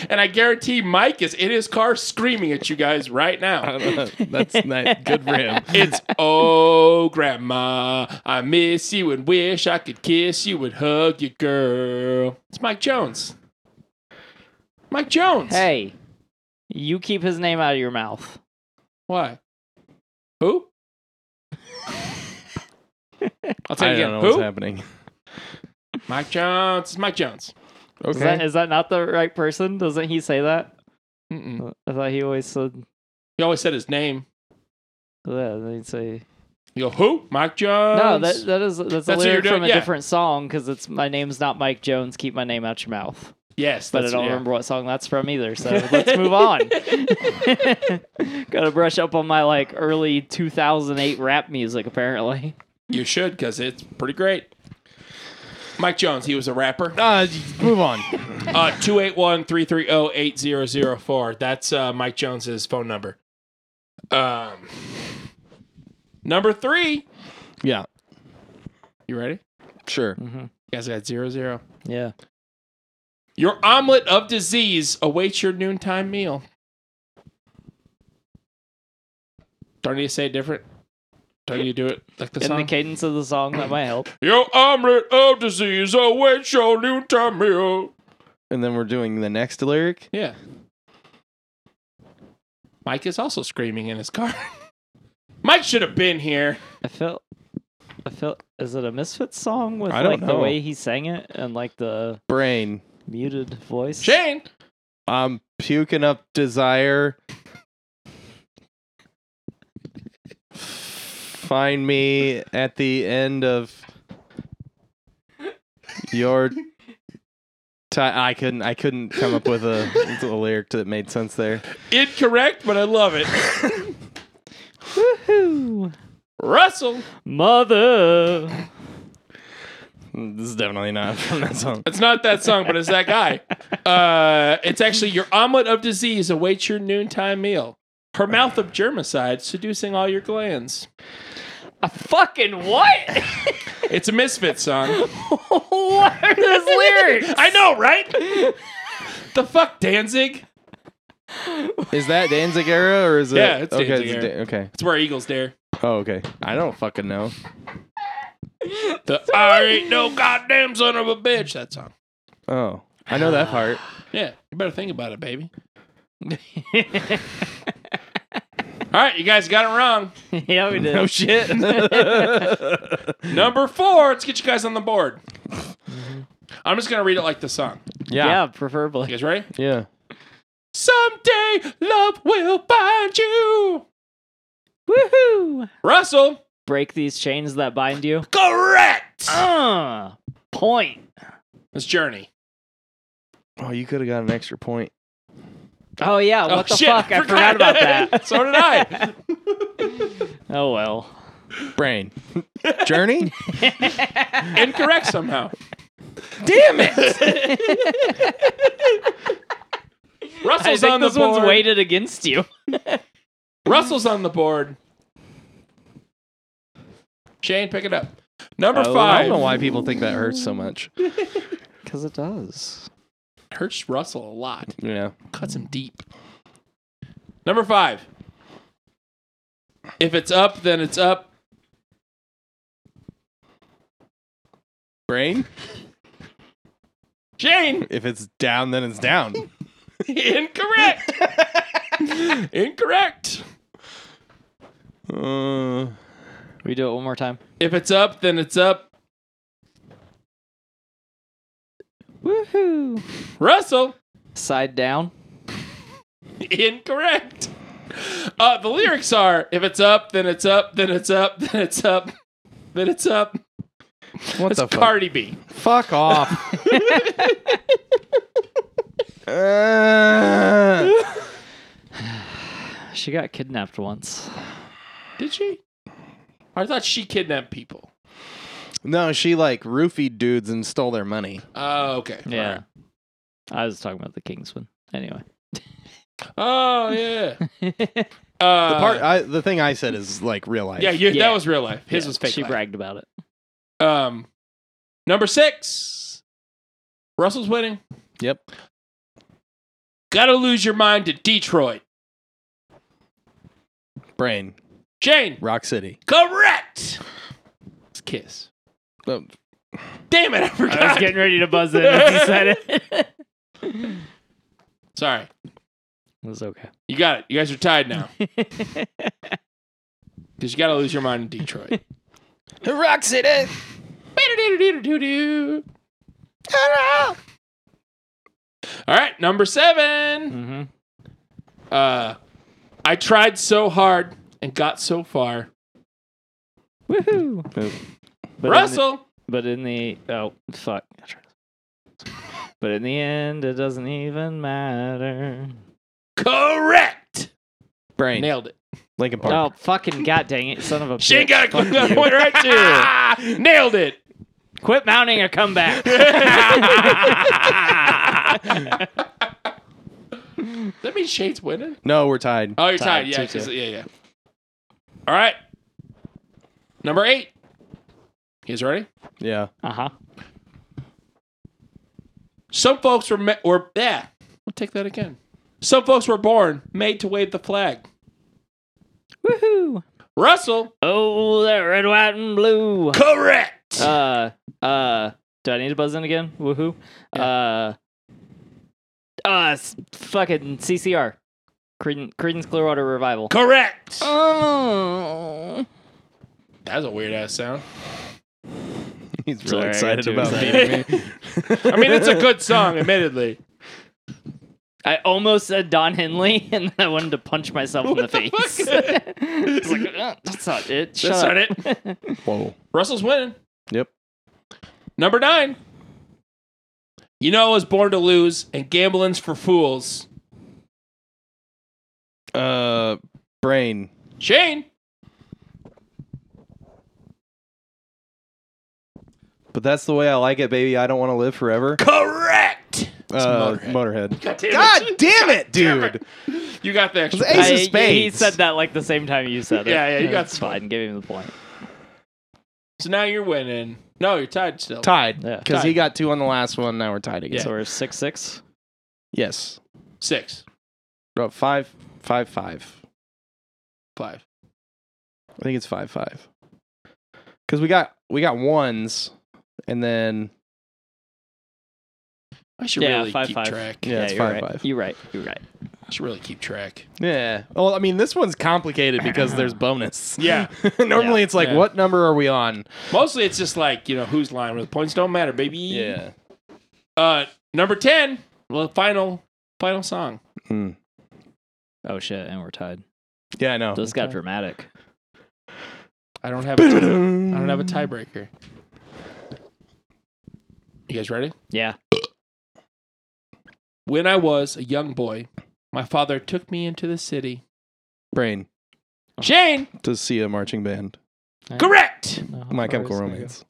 Speaker 1: And I guarantee Mike is in his car screaming at you guys right now.
Speaker 3: That's not good for him.
Speaker 1: It's oh grandma, I miss you and wish I could kiss you and hug you, girl. It's Mike Jones. Mike Jones.
Speaker 4: Hey, you keep his name out of your mouth.
Speaker 1: Why? Who? I'll tell
Speaker 3: I
Speaker 1: you
Speaker 3: don't know
Speaker 1: again.
Speaker 3: what's
Speaker 1: Who?
Speaker 3: happening.
Speaker 1: Mike Jones. It's Mike Jones.
Speaker 4: Is, that, is that not the right person? Doesn't he say that?
Speaker 1: Mm-mm.
Speaker 4: I thought he always said
Speaker 1: He always said his name.
Speaker 4: that. and He'd say,
Speaker 1: You go, who? Mike Jones.
Speaker 4: no, that, that is, that's,
Speaker 1: Uh, That's
Speaker 4: a
Speaker 1: what you're
Speaker 4: lyric
Speaker 1: doing?
Speaker 4: from a
Speaker 1: Yeah.
Speaker 4: different song because it's my name's not Mike Jones. Keep my name out your mouth.
Speaker 1: Yes,
Speaker 4: but I
Speaker 1: that's-
Speaker 4: don't
Speaker 1: yeah.
Speaker 4: remember what song that's from either.
Speaker 1: [laughs]
Speaker 4: So let's move on. [laughs] Gotta brush up on my like early 2008 rap music, apparently.
Speaker 1: You should because it's pretty great. Mike Jones, he was a rapper.
Speaker 3: Uh, move on.
Speaker 1: Uh, 281-330-8004. That's uh, Mike Jones's phone number. Um, number three.
Speaker 3: yeah,
Speaker 1: You ready?
Speaker 3: sure.
Speaker 4: Mhm.
Speaker 1: You guys got zero zero.
Speaker 4: Yeah.
Speaker 1: Your omelet of disease awaits your noontime meal. Don't need to say it different. Don't need to do it like the
Speaker 4: In
Speaker 1: song.
Speaker 4: the cadence of the song, that might help.
Speaker 1: your omelet of disease awaits your noontime meal.
Speaker 3: And then we're doing the next lyric.
Speaker 1: Yeah. Mike is also screaming in his car. [laughs] Mike should have been here.
Speaker 4: I felt. I felt. Is it a Misfits song with
Speaker 3: I don't
Speaker 4: like the
Speaker 3: know.
Speaker 4: way he sang it and like the
Speaker 3: Brain.
Speaker 4: muted voice?
Speaker 1: Shane.
Speaker 3: I'm puking up desire. Find me at the end of your ti I couldn't. I couldn't come up with a, a lyric that made sense there.
Speaker 1: Incorrect, but I love it.
Speaker 4: Woohoo!
Speaker 1: Russell.
Speaker 4: Mother.
Speaker 3: This is definitely not from that song.
Speaker 1: It's not that song, but it's that guy. Uh, it's actually your omelet of disease awaits your noontime meal. Her mouth of germicide seducing all your glands.
Speaker 4: A fucking [laughs] what?
Speaker 1: It's a misfit song.
Speaker 4: what are those [laughs] lyrics?
Speaker 1: I [laughs] know, right? The fuck, Danzig?
Speaker 3: Is that Danzig era or is it?
Speaker 1: Yeah, it's
Speaker 3: okay,
Speaker 1: Danzig
Speaker 3: it's
Speaker 1: era.
Speaker 3: Dan- okay.
Speaker 1: It's where Eagles dare.
Speaker 3: Oh, okay. I don't fucking know.
Speaker 1: The I ain't no goddamn son of a bitch. That song.
Speaker 3: Oh, I know that [laughs] part.
Speaker 1: Yeah, you better think about it, baby. All right, you guys got it wrong.
Speaker 4: yeah, we did.
Speaker 3: Oh shit.
Speaker 1: Number four. Let's get you guys on the board. I'm just gonna read it like the song.
Speaker 4: yeah.
Speaker 3: Yeah.
Speaker 1: You
Speaker 4: preferably.
Speaker 1: guys ready?
Speaker 3: [laughs] Yeah.
Speaker 1: Someday love will bind you.
Speaker 4: Woohoo!
Speaker 1: Russell.
Speaker 4: Break these chains that bind you.
Speaker 1: Correct.
Speaker 4: Uh, point.
Speaker 1: It's Journey.
Speaker 3: Oh, you could have got an extra point.
Speaker 4: Oh yeah,
Speaker 1: Oh,
Speaker 4: what the
Speaker 1: shit,
Speaker 4: fuck? I forgot about
Speaker 1: [laughs]
Speaker 4: that.
Speaker 1: so did I.
Speaker 4: Oh well.
Speaker 3: Brain. Journey?
Speaker 1: Incorrect somehow.
Speaker 3: Damn it.
Speaker 4: I
Speaker 1: [laughs] Russell's
Speaker 4: think
Speaker 1: on the
Speaker 4: this
Speaker 1: board.
Speaker 4: one's weighted against you.
Speaker 1: Russell's on the board. Shane, pick it up. Number
Speaker 3: [laughs] I don't know
Speaker 1: five.
Speaker 3: why people think that hurts so much.
Speaker 4: Because it does.
Speaker 1: Hurts Russell a lot.
Speaker 3: Yeah.
Speaker 1: Cuts him deep. Number five. If it's up, then it's up.
Speaker 3: Brain?
Speaker 1: Shane, [laughs]
Speaker 3: If it's down, then it's down. [laughs]
Speaker 1: incorrect. incorrect.
Speaker 3: [laughs] Uh,
Speaker 4: We do it one more time.
Speaker 1: If it's up, then it's up.
Speaker 4: Woohoo!
Speaker 1: Russell,
Speaker 4: Side down.
Speaker 1: incorrect. Uh, the lyrics are: If it's up, then it's up, then it's up, [laughs] then it's up, then it's up.
Speaker 3: what
Speaker 1: It's
Speaker 3: the fuck?
Speaker 1: Cardi B.
Speaker 3: Fuck [laughs] off. Uh,
Speaker 4: She got kidnapped once.
Speaker 1: Did she? I thought she kidnapped people.
Speaker 3: no, she like roofied dudes and stole their money.
Speaker 1: Oh, okay.
Speaker 4: Yeah. I was talking about the Kingsman. Anyway.
Speaker 1: All right. Oh, [laughs] yeah. Uh,
Speaker 3: The part, I, the thing I said is like real life.
Speaker 1: yeah, you,
Speaker 4: Yeah.
Speaker 1: that was real life. His
Speaker 4: Yeah,
Speaker 1: was fake.
Speaker 4: She
Speaker 1: life.
Speaker 4: bragged about it.
Speaker 1: Um, number six. Russell's winning.
Speaker 3: Yep.
Speaker 1: Gotta lose your mind to Detroit.
Speaker 3: Brain.
Speaker 1: Jane,
Speaker 3: Rock City.
Speaker 1: correct. It's Kiss.
Speaker 3: Oh,
Speaker 1: Damn it, I forgot.
Speaker 4: I was getting ready to buzz in.
Speaker 1: as you said
Speaker 4: said [laughs] it. it
Speaker 1: Sorry,
Speaker 4: was [laughs] okay.
Speaker 1: you got it. You guys are tied
Speaker 4: [laughs]
Speaker 1: now. Because you gotta lose your mind in
Speaker 4: [laughs]
Speaker 1: Detroit.
Speaker 3: Rock City.
Speaker 1: All right, number seven.
Speaker 4: Mm-hmm.
Speaker 1: Uh, I tried so hard and got so far.
Speaker 4: Woohoo!
Speaker 3: Oh.
Speaker 4: But in the-
Speaker 1: Russell,
Speaker 4: but in the oh fuck. But in the end, it doesn't even matter.
Speaker 1: Correct.
Speaker 3: Brain.
Speaker 1: Nailed it.
Speaker 3: Lincoln Park.
Speaker 4: Oh, fucking god dang it, son of a
Speaker 1: Shane got
Speaker 4: bitch.
Speaker 1: a
Speaker 4: Fuck
Speaker 1: got a
Speaker 4: you.
Speaker 1: point right
Speaker 4: Right
Speaker 1: there. Nailed it.
Speaker 4: Quit mounting a [laughs] comeback.
Speaker 1: That means Shane's winning.
Speaker 3: No, we're tied.
Speaker 1: Oh, you're tied.
Speaker 3: Tied,
Speaker 1: Yeah,
Speaker 3: 2-2.
Speaker 1: 'cause- yeah, yeah. All right. Number eight. He's ready.
Speaker 3: [laughs] Yeah.
Speaker 4: Uh huh.
Speaker 1: Some folks were me- were yeah. We'll take that again. Some folks were born made to wave the flag.
Speaker 4: Woohoo.
Speaker 1: Russell,
Speaker 4: Oh, that red, white, and blue.
Speaker 1: correct.
Speaker 4: Uh, uh, do I need to buzz in again? Woohoo. Uh, uh, s- fucking CCR. Creden- Creedence Clearwater Revival.
Speaker 1: correct.
Speaker 4: Oh.
Speaker 1: That was a weird ass sound.
Speaker 3: He's really
Speaker 4: Sorry, I got
Speaker 3: excited
Speaker 4: too
Speaker 3: about
Speaker 4: excited.
Speaker 3: beating me.
Speaker 1: I mean, it's a good song, admittedly.
Speaker 4: I almost said Don Henley, [laughs] and then I wanted to punch myself in the, face. [laughs] It's like, "Uh, that's not it. Shut
Speaker 1: That's
Speaker 4: up.
Speaker 1: not it.
Speaker 4: [laughs]
Speaker 3: Whoa.
Speaker 1: Russell's winning.
Speaker 3: Yep.
Speaker 1: Number nine. You know I was born to lose, and gambling's for fools.
Speaker 3: Uh, brain.
Speaker 1: Shane,
Speaker 3: But that's the way I like it, baby. I don't want to live forever.
Speaker 1: correct.
Speaker 3: Uh,
Speaker 1: Motorhead.
Speaker 3: Motorhead.
Speaker 1: God damn it.
Speaker 5: God damn it, dude!
Speaker 1: You got the extra.
Speaker 3: It was
Speaker 1: point.
Speaker 3: Ace of
Speaker 4: I- He
Speaker 3: spades.
Speaker 4: said that like the same time you said it.
Speaker 1: Yeah, yeah, you got
Speaker 4: That's
Speaker 1: the point.
Speaker 4: fine. Give him the point.
Speaker 1: So now you're winning. No, you're tied still.
Speaker 3: Tied.
Speaker 4: Yeah.
Speaker 3: Because he got two on the last one. Now we're tied again.
Speaker 4: So we're six six.
Speaker 3: Yes.
Speaker 1: Six,
Speaker 3: No, five, five, five.
Speaker 1: five.
Speaker 3: I think it's five, five. Because we got we got ones, and then
Speaker 1: I should
Speaker 4: Yeah,
Speaker 1: really
Speaker 4: five,
Speaker 1: keep
Speaker 4: five.
Speaker 1: track.
Speaker 3: Yeah, it's
Speaker 4: you're
Speaker 3: five,
Speaker 4: right.
Speaker 3: five.
Speaker 4: You're right. You're right.
Speaker 1: I should really keep track.
Speaker 3: yeah. Well, I mean, this one's complicated because there's [clears throat] bonus.
Speaker 1: Yeah.
Speaker 3: [laughs] Normally, it's like,
Speaker 1: Yeah.
Speaker 3: what number are we on?
Speaker 1: Mostly it's just like, you know, who's lying with points don't matter, baby.
Speaker 3: Yeah.
Speaker 1: Uh number 10, well final final song.
Speaker 4: Oh shit, and we're tied.
Speaker 3: Yeah, I know. [laughs]
Speaker 4: This got dramatic.
Speaker 1: I don't have a tie- I don't have a tiebreaker. You guys ready?
Speaker 4: Yeah.
Speaker 1: When I was a young boy, my father took me into the city.
Speaker 3: brain
Speaker 1: Shane,
Speaker 3: to see a marching band.
Speaker 1: correct.
Speaker 4: Oh,
Speaker 3: My Chemical Romance,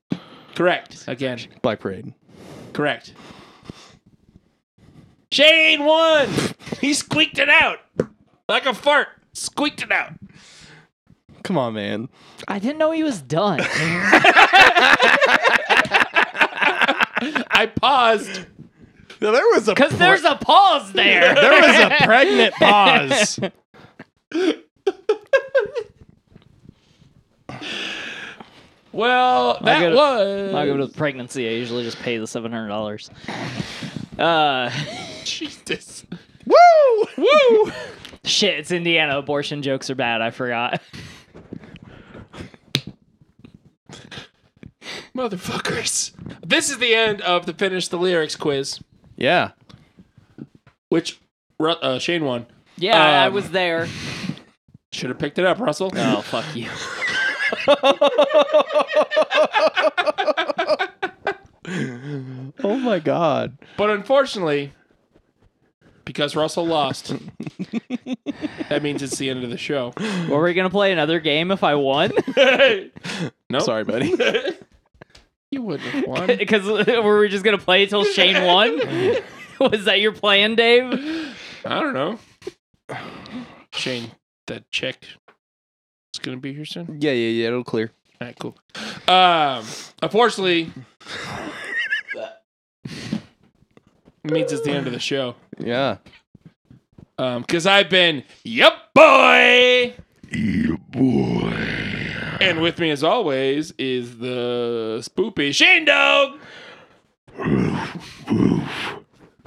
Speaker 1: Correct. Again.
Speaker 3: Black Parade.
Speaker 1: Correct. Shane won. He squeaked it out like a fart. Squeaked it out.
Speaker 3: Come on, man.
Speaker 4: I didn't know he was [laughs] done.
Speaker 1: I paused.
Speaker 3: There was a
Speaker 4: Because there's a pause [laughs] there.
Speaker 3: there was a pregnant pause.
Speaker 1: Well, that
Speaker 4: give it-
Speaker 1: was.
Speaker 4: I'll go to the pregnancy. I usually just pay the seven hundred dollars. Uh, [laughs]
Speaker 1: Jesus.
Speaker 3: Woo!
Speaker 1: Woo!
Speaker 4: shit, it's Indiana. Abortion jokes are bad. I forgot. [laughs]
Speaker 1: Motherfuckers. This is the end of the Finish the Lyrics quiz,
Speaker 3: Yeah.
Speaker 1: which Ru- uh, Shane won.
Speaker 4: Yeah, I
Speaker 1: Um,
Speaker 4: was there.
Speaker 1: Should have picked it up, Russell.
Speaker 4: [laughs] Oh fuck you.
Speaker 3: Oh my God.
Speaker 1: [laughs] But unfortunately, because Russell lost, that means it's the end of the show.
Speaker 4: Were we gonna play another game if I won? [laughs]
Speaker 1: Nope.
Speaker 3: Sorry, [laughs] buddy.
Speaker 1: [laughs] You wouldn't have won.
Speaker 4: Because [laughs] were we just gonna play till Shane won? [laughs] Was that your plan, Dave?
Speaker 1: I don't know. Shane, that check is going to be here soon.
Speaker 3: Yeah, yeah, yeah. It'll clear.
Speaker 1: All right, cool. Um, unfortunately, it means it's the end of the show.
Speaker 3: Yeah.
Speaker 1: Um, because I've been, yep, boy. boy. And with me, as always, is the spoopy Shane Dog. I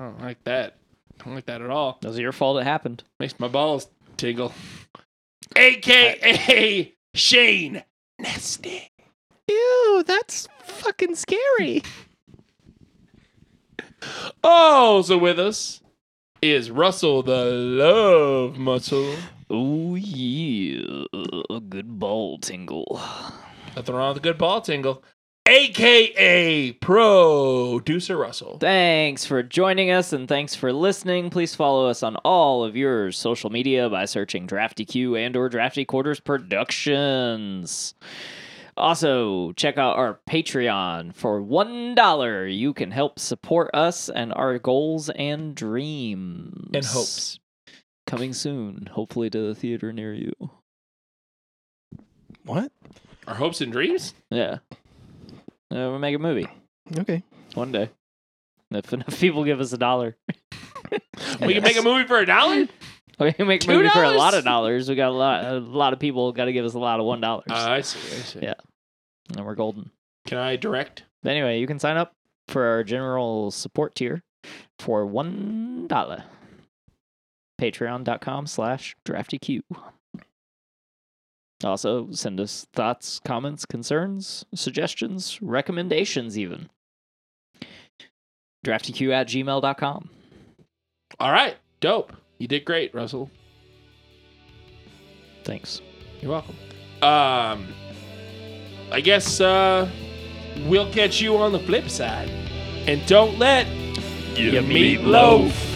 Speaker 1: don't like that. I don't like that at all.
Speaker 4: It was your fault. It happened.
Speaker 1: Makes my balls tingle. AKA Shane Nasty.
Speaker 3: Ew, that's fucking scary.
Speaker 1: Also with us is Russell the Love Muscle.
Speaker 4: Oh yeah, good ball tingle.
Speaker 1: Nothing wrong with a good ball tingle. aka Producer Russell.
Speaker 4: Thanks for joining us and thanks for listening. Please follow us on all of your social media by searching DraftyQ and or Drafty Quarters Productions. Also, check out our Patreon. For $1, you can help support us and our goals and dreams.
Speaker 1: And hopes.
Speaker 4: Coming soon, hopefully to the theater near you.
Speaker 3: What?
Speaker 1: Our hopes and dreams.
Speaker 4: Yeah. Uh, we'll make a movie
Speaker 3: Okay.
Speaker 4: one day. If [laughs] enough people give us a dollar.
Speaker 1: We can make a movie for a dollar.
Speaker 4: We can make movie for a
Speaker 1: $2?
Speaker 4: lot of dollars. We got a lot, a lot of people got to give us a lot of one dollars,
Speaker 1: Uh, I see. I see.
Speaker 4: Yeah. and we're golden.
Speaker 1: Can I direct?
Speaker 4: But anyway, you can sign up for our general support tier for one dollar. Patreon.com/slash DraftyQ. Also, send us thoughts, comments, concerns, suggestions, recommendations, even. DraftyQ at gmail.com.
Speaker 1: All right. Dope. You did great, Russell.
Speaker 4: Thanks.
Speaker 1: You're welcome. Um, I guess uh, we'll catch you on the flip side, and don't let your meatloaf.